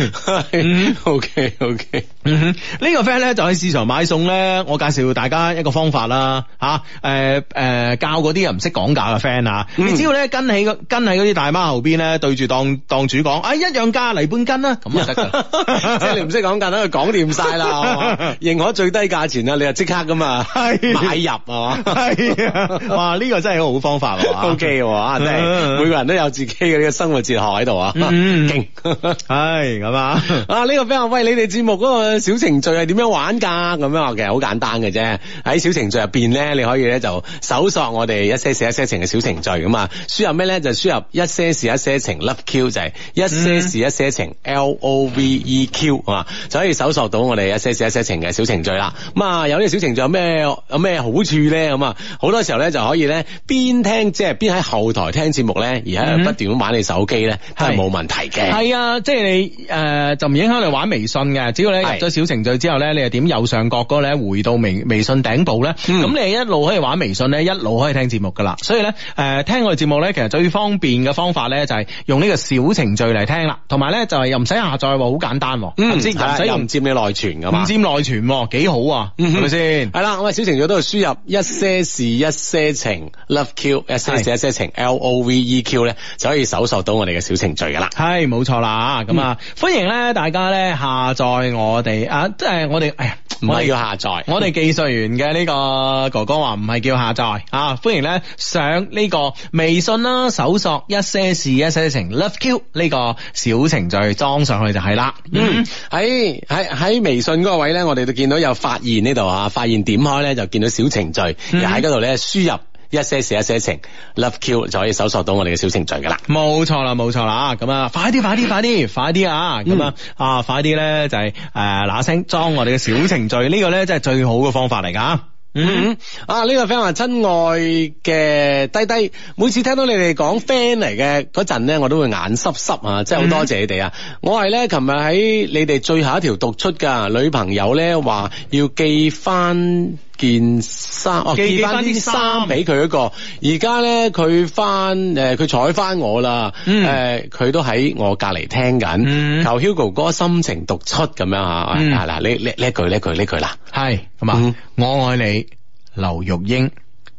嗯 O K O K，嗯哼，呢個 friend 咧就喺市場買餸咧，我介紹大家一個方法啦，吓誒誒教嗰啲唔識講價嘅 friend 啊，嗯，你只要咧跟喺個跟喺嗰啲大媽後邊咧，對住檔檔主講，啊一樣價嚟半斤啦，咁啊就得噶啦 即係你唔識講價，等佢講掂晒啦，係嘛認可最低價錢啦，你就即刻噶嘛，係買入啊嘛。係啊，哇呢個真係一個好方法 喎 O K 喎，啊真係每個人都有自己嘅呢個生活哲學喺度啊，嗯嗯勁！係咁啊， 啊！呢、個 friend 話：喂，你哋節目嗰個小程序係點樣玩㗎？咁樣啊話其實好簡單嘅啫。喺小程序入邊咧，你可以咧就搜索我哋一些事一些情嘅小程序咁啊，輸入咩咧就輸入一些事一些情 love q 就係一些事一些情 l o v e q 啊，就可以搜索到我哋一些事一些情嘅小程序啦。咁啊，有呢個小程序有咩有咩好處咧？咁啊，好多時候咧就可以咧邊聽即係邊喺後台聽節目咧，而喺嗯度不斷咁玩你手機咧，都係係冇問題嘅。係啊，即係你诶、呃就唔影響你玩微信嘅，只要咧入係咗小程序之後咧，你係點右上角嗰個咧回到微微信頂部咧，嗯咁、你一路可以玩微信咧，一路可以聽節目噶啦。所以咧诶、呃聽我哋節目咧，其實最方便嘅方法咧就係用呢個小程序嚟聽啦，同埋咧就係又唔使下載喎，好簡單喎，嗯，唔知係唔啦使又用唔佔你內存噶嘛唔？佔內存喎，幾好啊，嗯哼係咪先？係啦，我哋小程序都係輸入一些事一些情 love q 一些事一些情 l o v e q 咧，就可以搜索到我哋嘅小程序噶啦。系冇錯啦，咁啊，嗯歡迎咧大家咧下載我哋啊，即係我哋，哎呀，唔我哋係要下載，我哋技術員嘅呢個哥哥話唔係叫下載啊，歡迎咧上呢個微信啦，搜索一些事一些情 Love Q 呢個小程序裝上去就係啦。嗯，喺喺喺微信嗰個位咧，我哋都見到有發現呢度啊，發現點開咧就見到小程序，嗯而喺嗰度咧輸入一些事一些情 love q 就可以搜索到我哋嘅小程序噶啦。冇錯啦，冇錯啦，咁啊，快啲，快啲，快啲，快啲啊！咁啊，嗯啊，快啲咧就係誒嗱聲裝我哋嘅小程序，呢、個咧真係最好嘅方法嚟㗎。嗯，啊呢、個 friend 話親愛嘅低低，每次聽到你哋講 friend 嚟嘅嗰陣咧，我都會眼濕濕啊！真係好多謝你哋啊！我係咧琴日喺你哋最後一條讀出㗎，女朋友咧話要寄翻。件衫哦，寄寄翻翻啲啲衫衫俾佢嗰個，而家咧佢翻誒佢睬翻我啦，嗯誒佢都喺我隔離聽緊，嗯求 Hugo 哥心情讀出咁樣嚇，嗯係啦，呢呢呢一句呢一句呢一句啦，係咁啊，嗯我愛你，劉玉英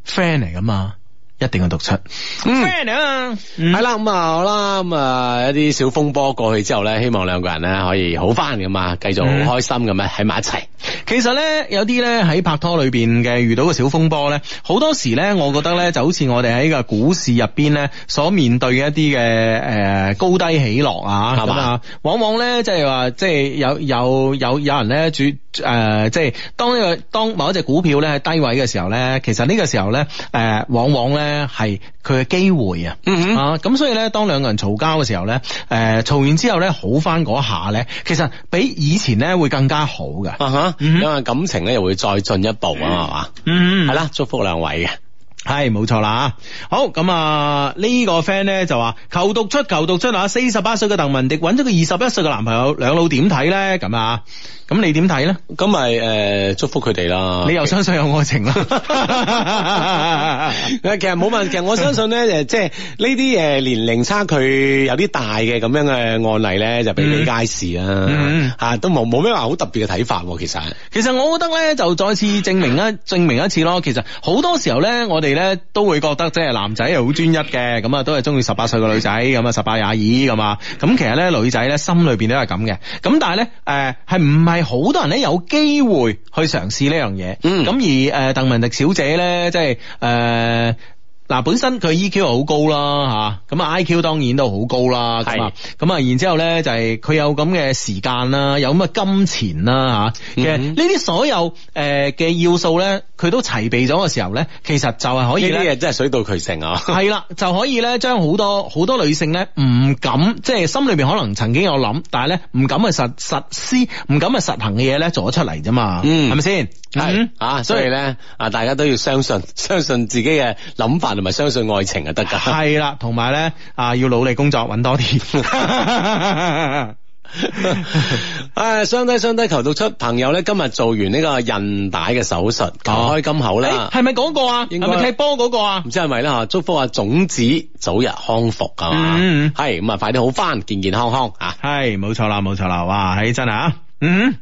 friend 嚟㗎嘛，一定要讀出嗯 friend 啊嘛，係系啦，咁啊好啦，咁啊一啲小風波過去之後咧，希望兩個人咧可以好翻咁啊，繼嗯續好開心咁樣喺埋一齊。其實咧，有啲咧喺拍拖裏邊嘅遇到嘅小風波咧，好多時咧，我覺得咧就好似我哋喺個股市入邊咧所面對嘅一啲嘅誒高低起落啊，係嘛咁啊，往往咧即係話即係有有有有人咧主誒、即係當呢、個當某一隻股票咧喺低位嘅時候咧，其實呢個時候咧誒、往往咧係佢嘅機會啊。嗯哼啊，咁所以咧，當兩個人嘈交嘅時候咧，誒、嘈完之後咧，好翻嗰下咧，其實比以前咧會更加好嘅。啊哈，嗯因為感情咧又會再進一步啊嘛，係嘛，嗯係，啦，祝福兩位嘅。系冇錯啦。好咁啊，呢、個 friend 咧就話求讀出求讀出啊！四十八歲嘅鄧文迪揾咗個二十一歲嘅男朋友，兩老點睇咧？咁啊，咁你點睇咧？咁咪誒祝福佢哋啦。你 又相信有愛情啦？ 誒其實冇問，其實我相 信咧，誒即係呢啲誒年齡差距有啲大嘅咁樣嘅案例咧，就比比皆是嗯啦。嚇啊都冇冇咩話好特別嘅睇法喎，其實。其實我覺得咧，就再次證明一證明一次咯。其實好多時候咧，我哋咧都會覺得即係男仔係好專一嘅，咁啊都係中意十八歲嘅女仔，咁啊十八廿二咁啊。咁其實咧女仔咧心裏邊都係咁嘅。咁但係咧誒係唔係好多人咧有機會去嘗試呢樣嘢？嗯咁而誒、呃、鄧文迪小姐咧，即係誒。嗱，本身佢 EQ 好高啦吓，咁啊 IQ 當然都好高啦，咁啊咁啊，然之後咧就係佢有咁嘅時間啦，有咁嘅金錢啦吓，其實嗯呢啲所有誒嘅要素咧，佢都齊備咗嘅時候咧，其實就係可以呢啲咧。嘢真係水到渠成啊！系啦，就可以咧，將好多好多女性咧唔敢，即係心裏边可能曾經有諗，但係咧唔敢去實實施，唔敢去實行嘅嘢咧做咗出嚟啫嘛，嗯係咪先？系嗯啊，所以咧啊，大家都要相信， 相信自己嘅諗法同埋相信愛情就得噶。 系啦，同埋咧啊，要努力工作，揾多啲。 唉，相啊低相低求到出朋友咧，今日做完呢個韌帶嘅手術，求開金口啦。系咪嗰個啊？哦係應該咪踢波嗰個啊唔？知係咪啦吓，祝福啊種子早日康復啊嘛，嗯嗯係咁啊，快啲好翻，健健康康啊！係冇錯啦，冇錯啦，哇，係真係啊，嗯，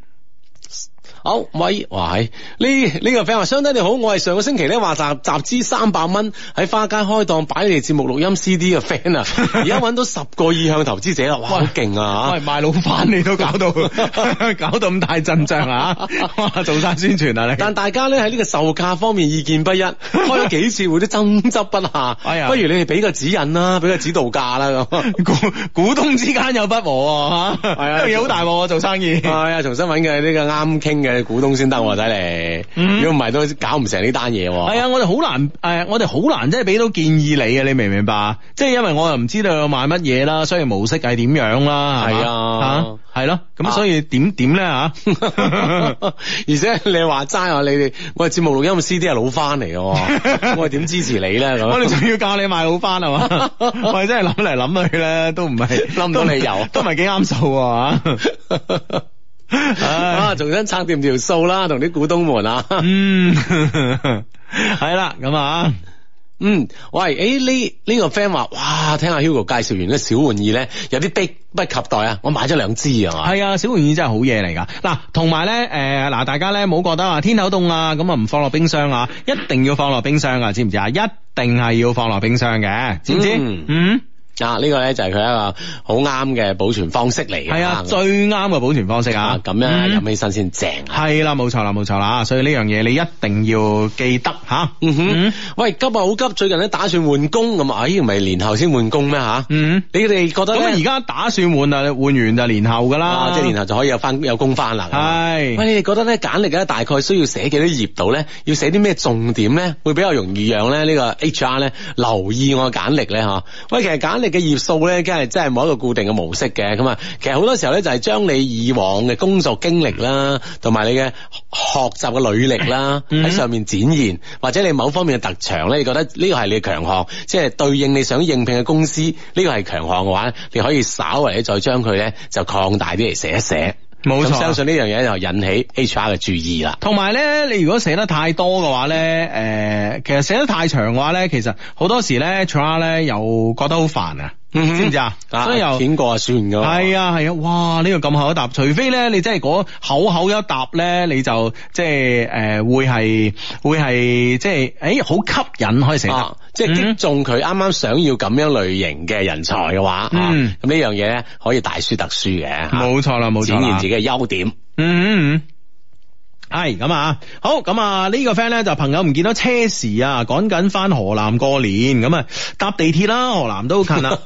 好，喂，哇，係呢呢個 friend 話，相低你好，我係上個星期咧話集集資三百蚊喺花街開檔擺你哋節目錄音 CD 嘅 friend 啊，而家揾到十個意向投資者啦，哇，好勁啊喂，！賣老闆你都搞到 搞到咁大陣仗 啊！哇，做晒宣傳啊你。但大家咧喺呢個售價方面 意見不一，開咗幾次會都爭執不下。哎呀不如你哋俾個指引啦，俾個指導價啦 咁。股股東之間有不和吓，係啊呢樣嘢好大鑊啊！做生意係啊，重新揾嘅呢個啱傾嘅股東先得喎，睇嗯嚟。如果唔係都搞唔成呢單嘢喎。係啊，我哋好難誒、我哋好難真係俾到建議你啊！你明唔明白？即係因為我又唔知道買乜嘢啦，商業模式係點樣啦，係係嘛啊嚇係咯，咁啊所以點點咧嚇？ 而且你話齋啊，你哋我哋節目錄音嘅 CD 係老翻嚟嘅 喎，我哋點支持你咧 我哋咁？仲要教你買好翻係 嘛？我哋真係諗嚟諗去咧，都唔係諗唔到理由都唔係幾啱數 啊！唉啊，重新拆掂條數啦，同啲股東們啊。嗯，係啦，咁啊，嗯，喂，诶呢呢個 friend 話，哇，聽阿 Hugo 介紹完呢小玩意咧，有啲迫不及待啊！我買咗兩支啊嘛，係啊，小玩意真係好嘢嚟㗎。嗱，同埋咧，誒嗱，大家咧冇覺得啊，天口凍啊，咁啊唔放落冰箱啊，一定要放落冰箱啊，知唔知啊？一定係要放落冰箱嘅，知唔知？嗯嗯啊呢個咧就係佢一個好啱嘅保存方式嚟嘅，係啊，最啱嘅保存方式啊啊，咁樣嗯飲起身先正啊。係啦，冇錯啦，冇錯啦，所以呢樣嘢你一定要記得吓。嗯哼嗯，喂，急啊，好急！最近咧打算換工咁啊，哎，唔係年後先換工咩吓？嗯，你哋覺得咁啊而咧？家打算換啊，換完就年後噶啦啊，，即係年後就可以有翻有工翻啦。係喂，你哋覺得咧簡歷咧大概需要寫幾多頁度咧？要寫啲咩重點咧？會比較容易讓咧呢個 HR 咧留意我嘅簡歷咧嚇？喂，其實簡歷嘅頁數咧，梗係真係冇一個固定嘅模式嘅咁啊。其實好多時候咧就係將你以往嘅工作經歷啦，同埋你嘅學習嘅履歷啦，嗯喺上面展現，或者你某方面嘅特長咧，你覺得呢個係你嘅強項，即係對應你想應聘嘅公司呢個係強項嘅話，你可以稍為咧再將佢咧就擴大啲嚟寫一寫。冇咁錯。啊相信呢樣嘢就引起 HR 嘅注意啦。同埋咧，你如果寫得太多嘅話咧，誒、其實寫得太長嘅話咧，其實好多時咧 t r a 咧又覺得好煩啊，嗯知唔知啊？所以又片過就算噶。係啊係啊，哇！呢、個咁厚一沓，除非咧你真係嗰厚厚一沓咧，你就即係誒、呃、會係會係即係誒好吸引可以寫得。啊，即係擊中佢啱啱想要咁樣類型嘅人才嘅話，啊咁嗯呢樣嘢咧可以大書特書嘅，啊冇錯啦，冇錯啦。展現自己嘅優點。嗯嗯嗯。系咁啊，好咁啊，呢、個 friend 咧就朋友唔見到車時啊，趕緊翻河南過年，咁啊搭地鐵啦，河南都好近 啦。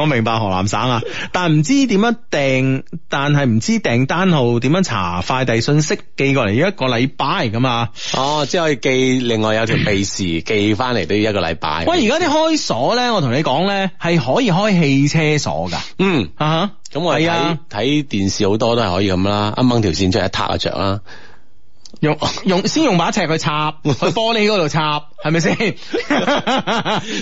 我明白河南省啊，但唔知點樣訂，但係唔知訂單號點樣查快遞信息寄過嚟要一個禮拜咁啊。哦，即係可以寄另外有條秘 匙寄翻嚟都要一個禮拜。喂，而家啲開鎖咧，我同你講咧係可以開汽車鎖㗎。嗯，啊哈，咁我係睇啊睇電視好多都係可以咁啦，一掹條線出嚟一撻就着啦。用用先用把尺去插，去玻璃嗰度插，係咪先？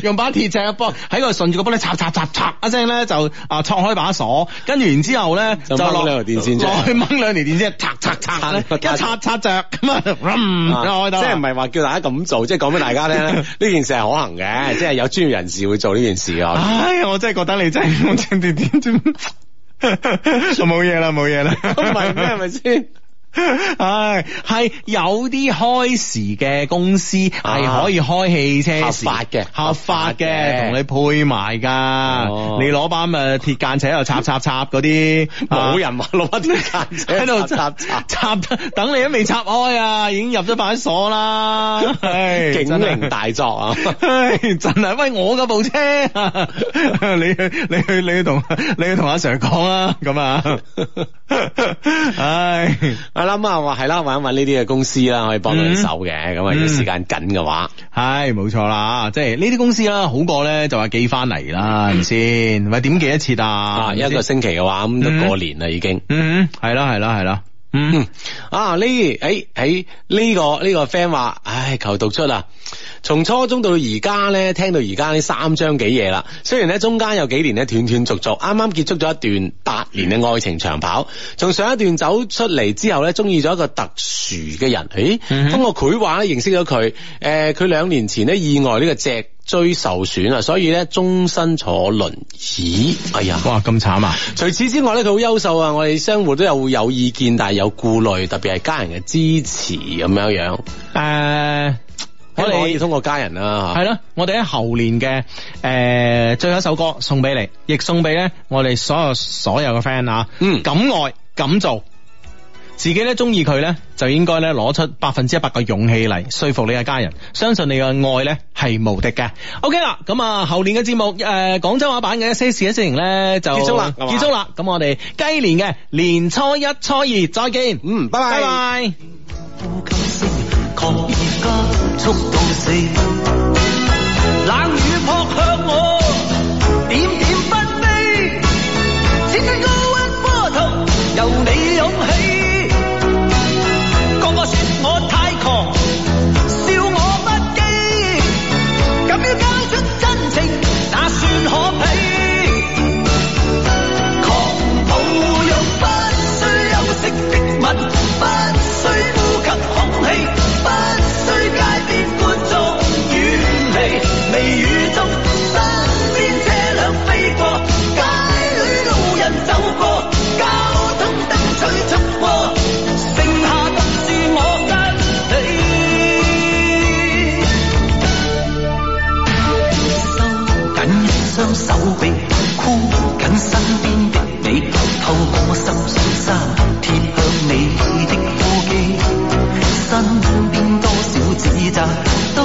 用把鐵尺幫喺個順住個玻璃插插插插一聲咧，就啊戳開把鎖，跟住然之後咧就掹兩條電線出嚟落去掹兩條電線，插插插咧，一插插着咁啊，嗯，啊開到啦即係唔係話叫大家咁做，即係講俾大 家聽咧，呢件事係可行嘅，即係有專業人士會做呢件事啊。唉，我真係覺得你真係我真係點點點，我冇嘢啦，冇嘢啦，唔係咩？係咪先？ 唉，系有啲開時嘅公司係啊可以開汽車合時法合嘅法合法嘅嘅，同你配埋哦㗎。你攞把咪鐵間尺喺度插插插嗰啲，啊 冇人話攞把鐵間尺 喺度插插插插，插，等你都未插開啊，已經入咗派出所啦。唉 警真係鈴大作啊！唉，真係喂我嗰部車， 你去你去你去同你去同阿 Sir 講啊，咁啊，唉， 我諗啊，話係啦，揾一揾呢啲嘅公司啦，可以幫到你手嘅。咁啊，如果嗯時間緊嘅話，係冇錯啦，即係呢啲公司啦，好過咧就話寄翻嚟啦，係咪先？喂，點寄一次啊？嗯啊，一個星期嘅話，咁嗯都過年啦已經。嗯，係啦係啦係啦，嗯啊呢誒喺呢個呢、個 friend 話，唉求讀出啦！從初中到而家咧，聽到而家呢三張幾嘢啦。雖然咧中間有幾年咧斷斷續續，啱啱結束咗一段八年嘅愛情長跑。從上一段走出嚟之後咧，中意咗一個特殊嘅人，誒、嗯哼通過繪畫咧認識咗佢。誒、佢兩年前咧意外呢個脊椎受損啊，所以咧終身坐輪椅。哎呀！哇咁慘啊！除此之外咧，佢好優秀啊！我哋相互都有有意見，但係有顧慮，特別係家人嘅支持咁樣樣。誒，我我哋可哋以。通過家人啦系啦，我哋喺猴年嘅诶、呃最後一首歌送俾你，亦送俾咧我哋所有所有嘅 friend 啊，嗯敢愛敢做，自己咧中意佢咧就應該咧攞出百分之一百嘅勇氣嚟說服你嘅家人，相信你嘅愛咧係無敵嘅。OK 啦，咁啊猴年嘅節目呃诶廣、州話版嘅一些事一些情咧就結束啦係嘛結束啦。咁我哋雞年嘅年初一初二再見，嗯拜拜拜拜呼吸聲，狂熱加速到死。冷雨撲向我，點點不悲。此刻高溫波濤，由你湧起。個個說我太狂，笑我不羈。咁要交出真情，哪算可比？狂暴又不需休息的吻，不需呼吸空氣，不需街邊觀眾遠離。微雨中，身邊車輛飛過，街裏路人走過，交通燈催促我，剩下的是我跟你。收緊一雙手臂，箍緊身邊的你，透過深恤衫貼向你的呼肌。身邊多少指責都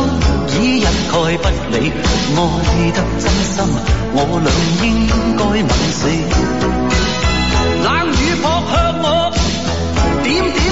已一概不理，愛得真心，我倆應該吻死。冷雨撲向我，點點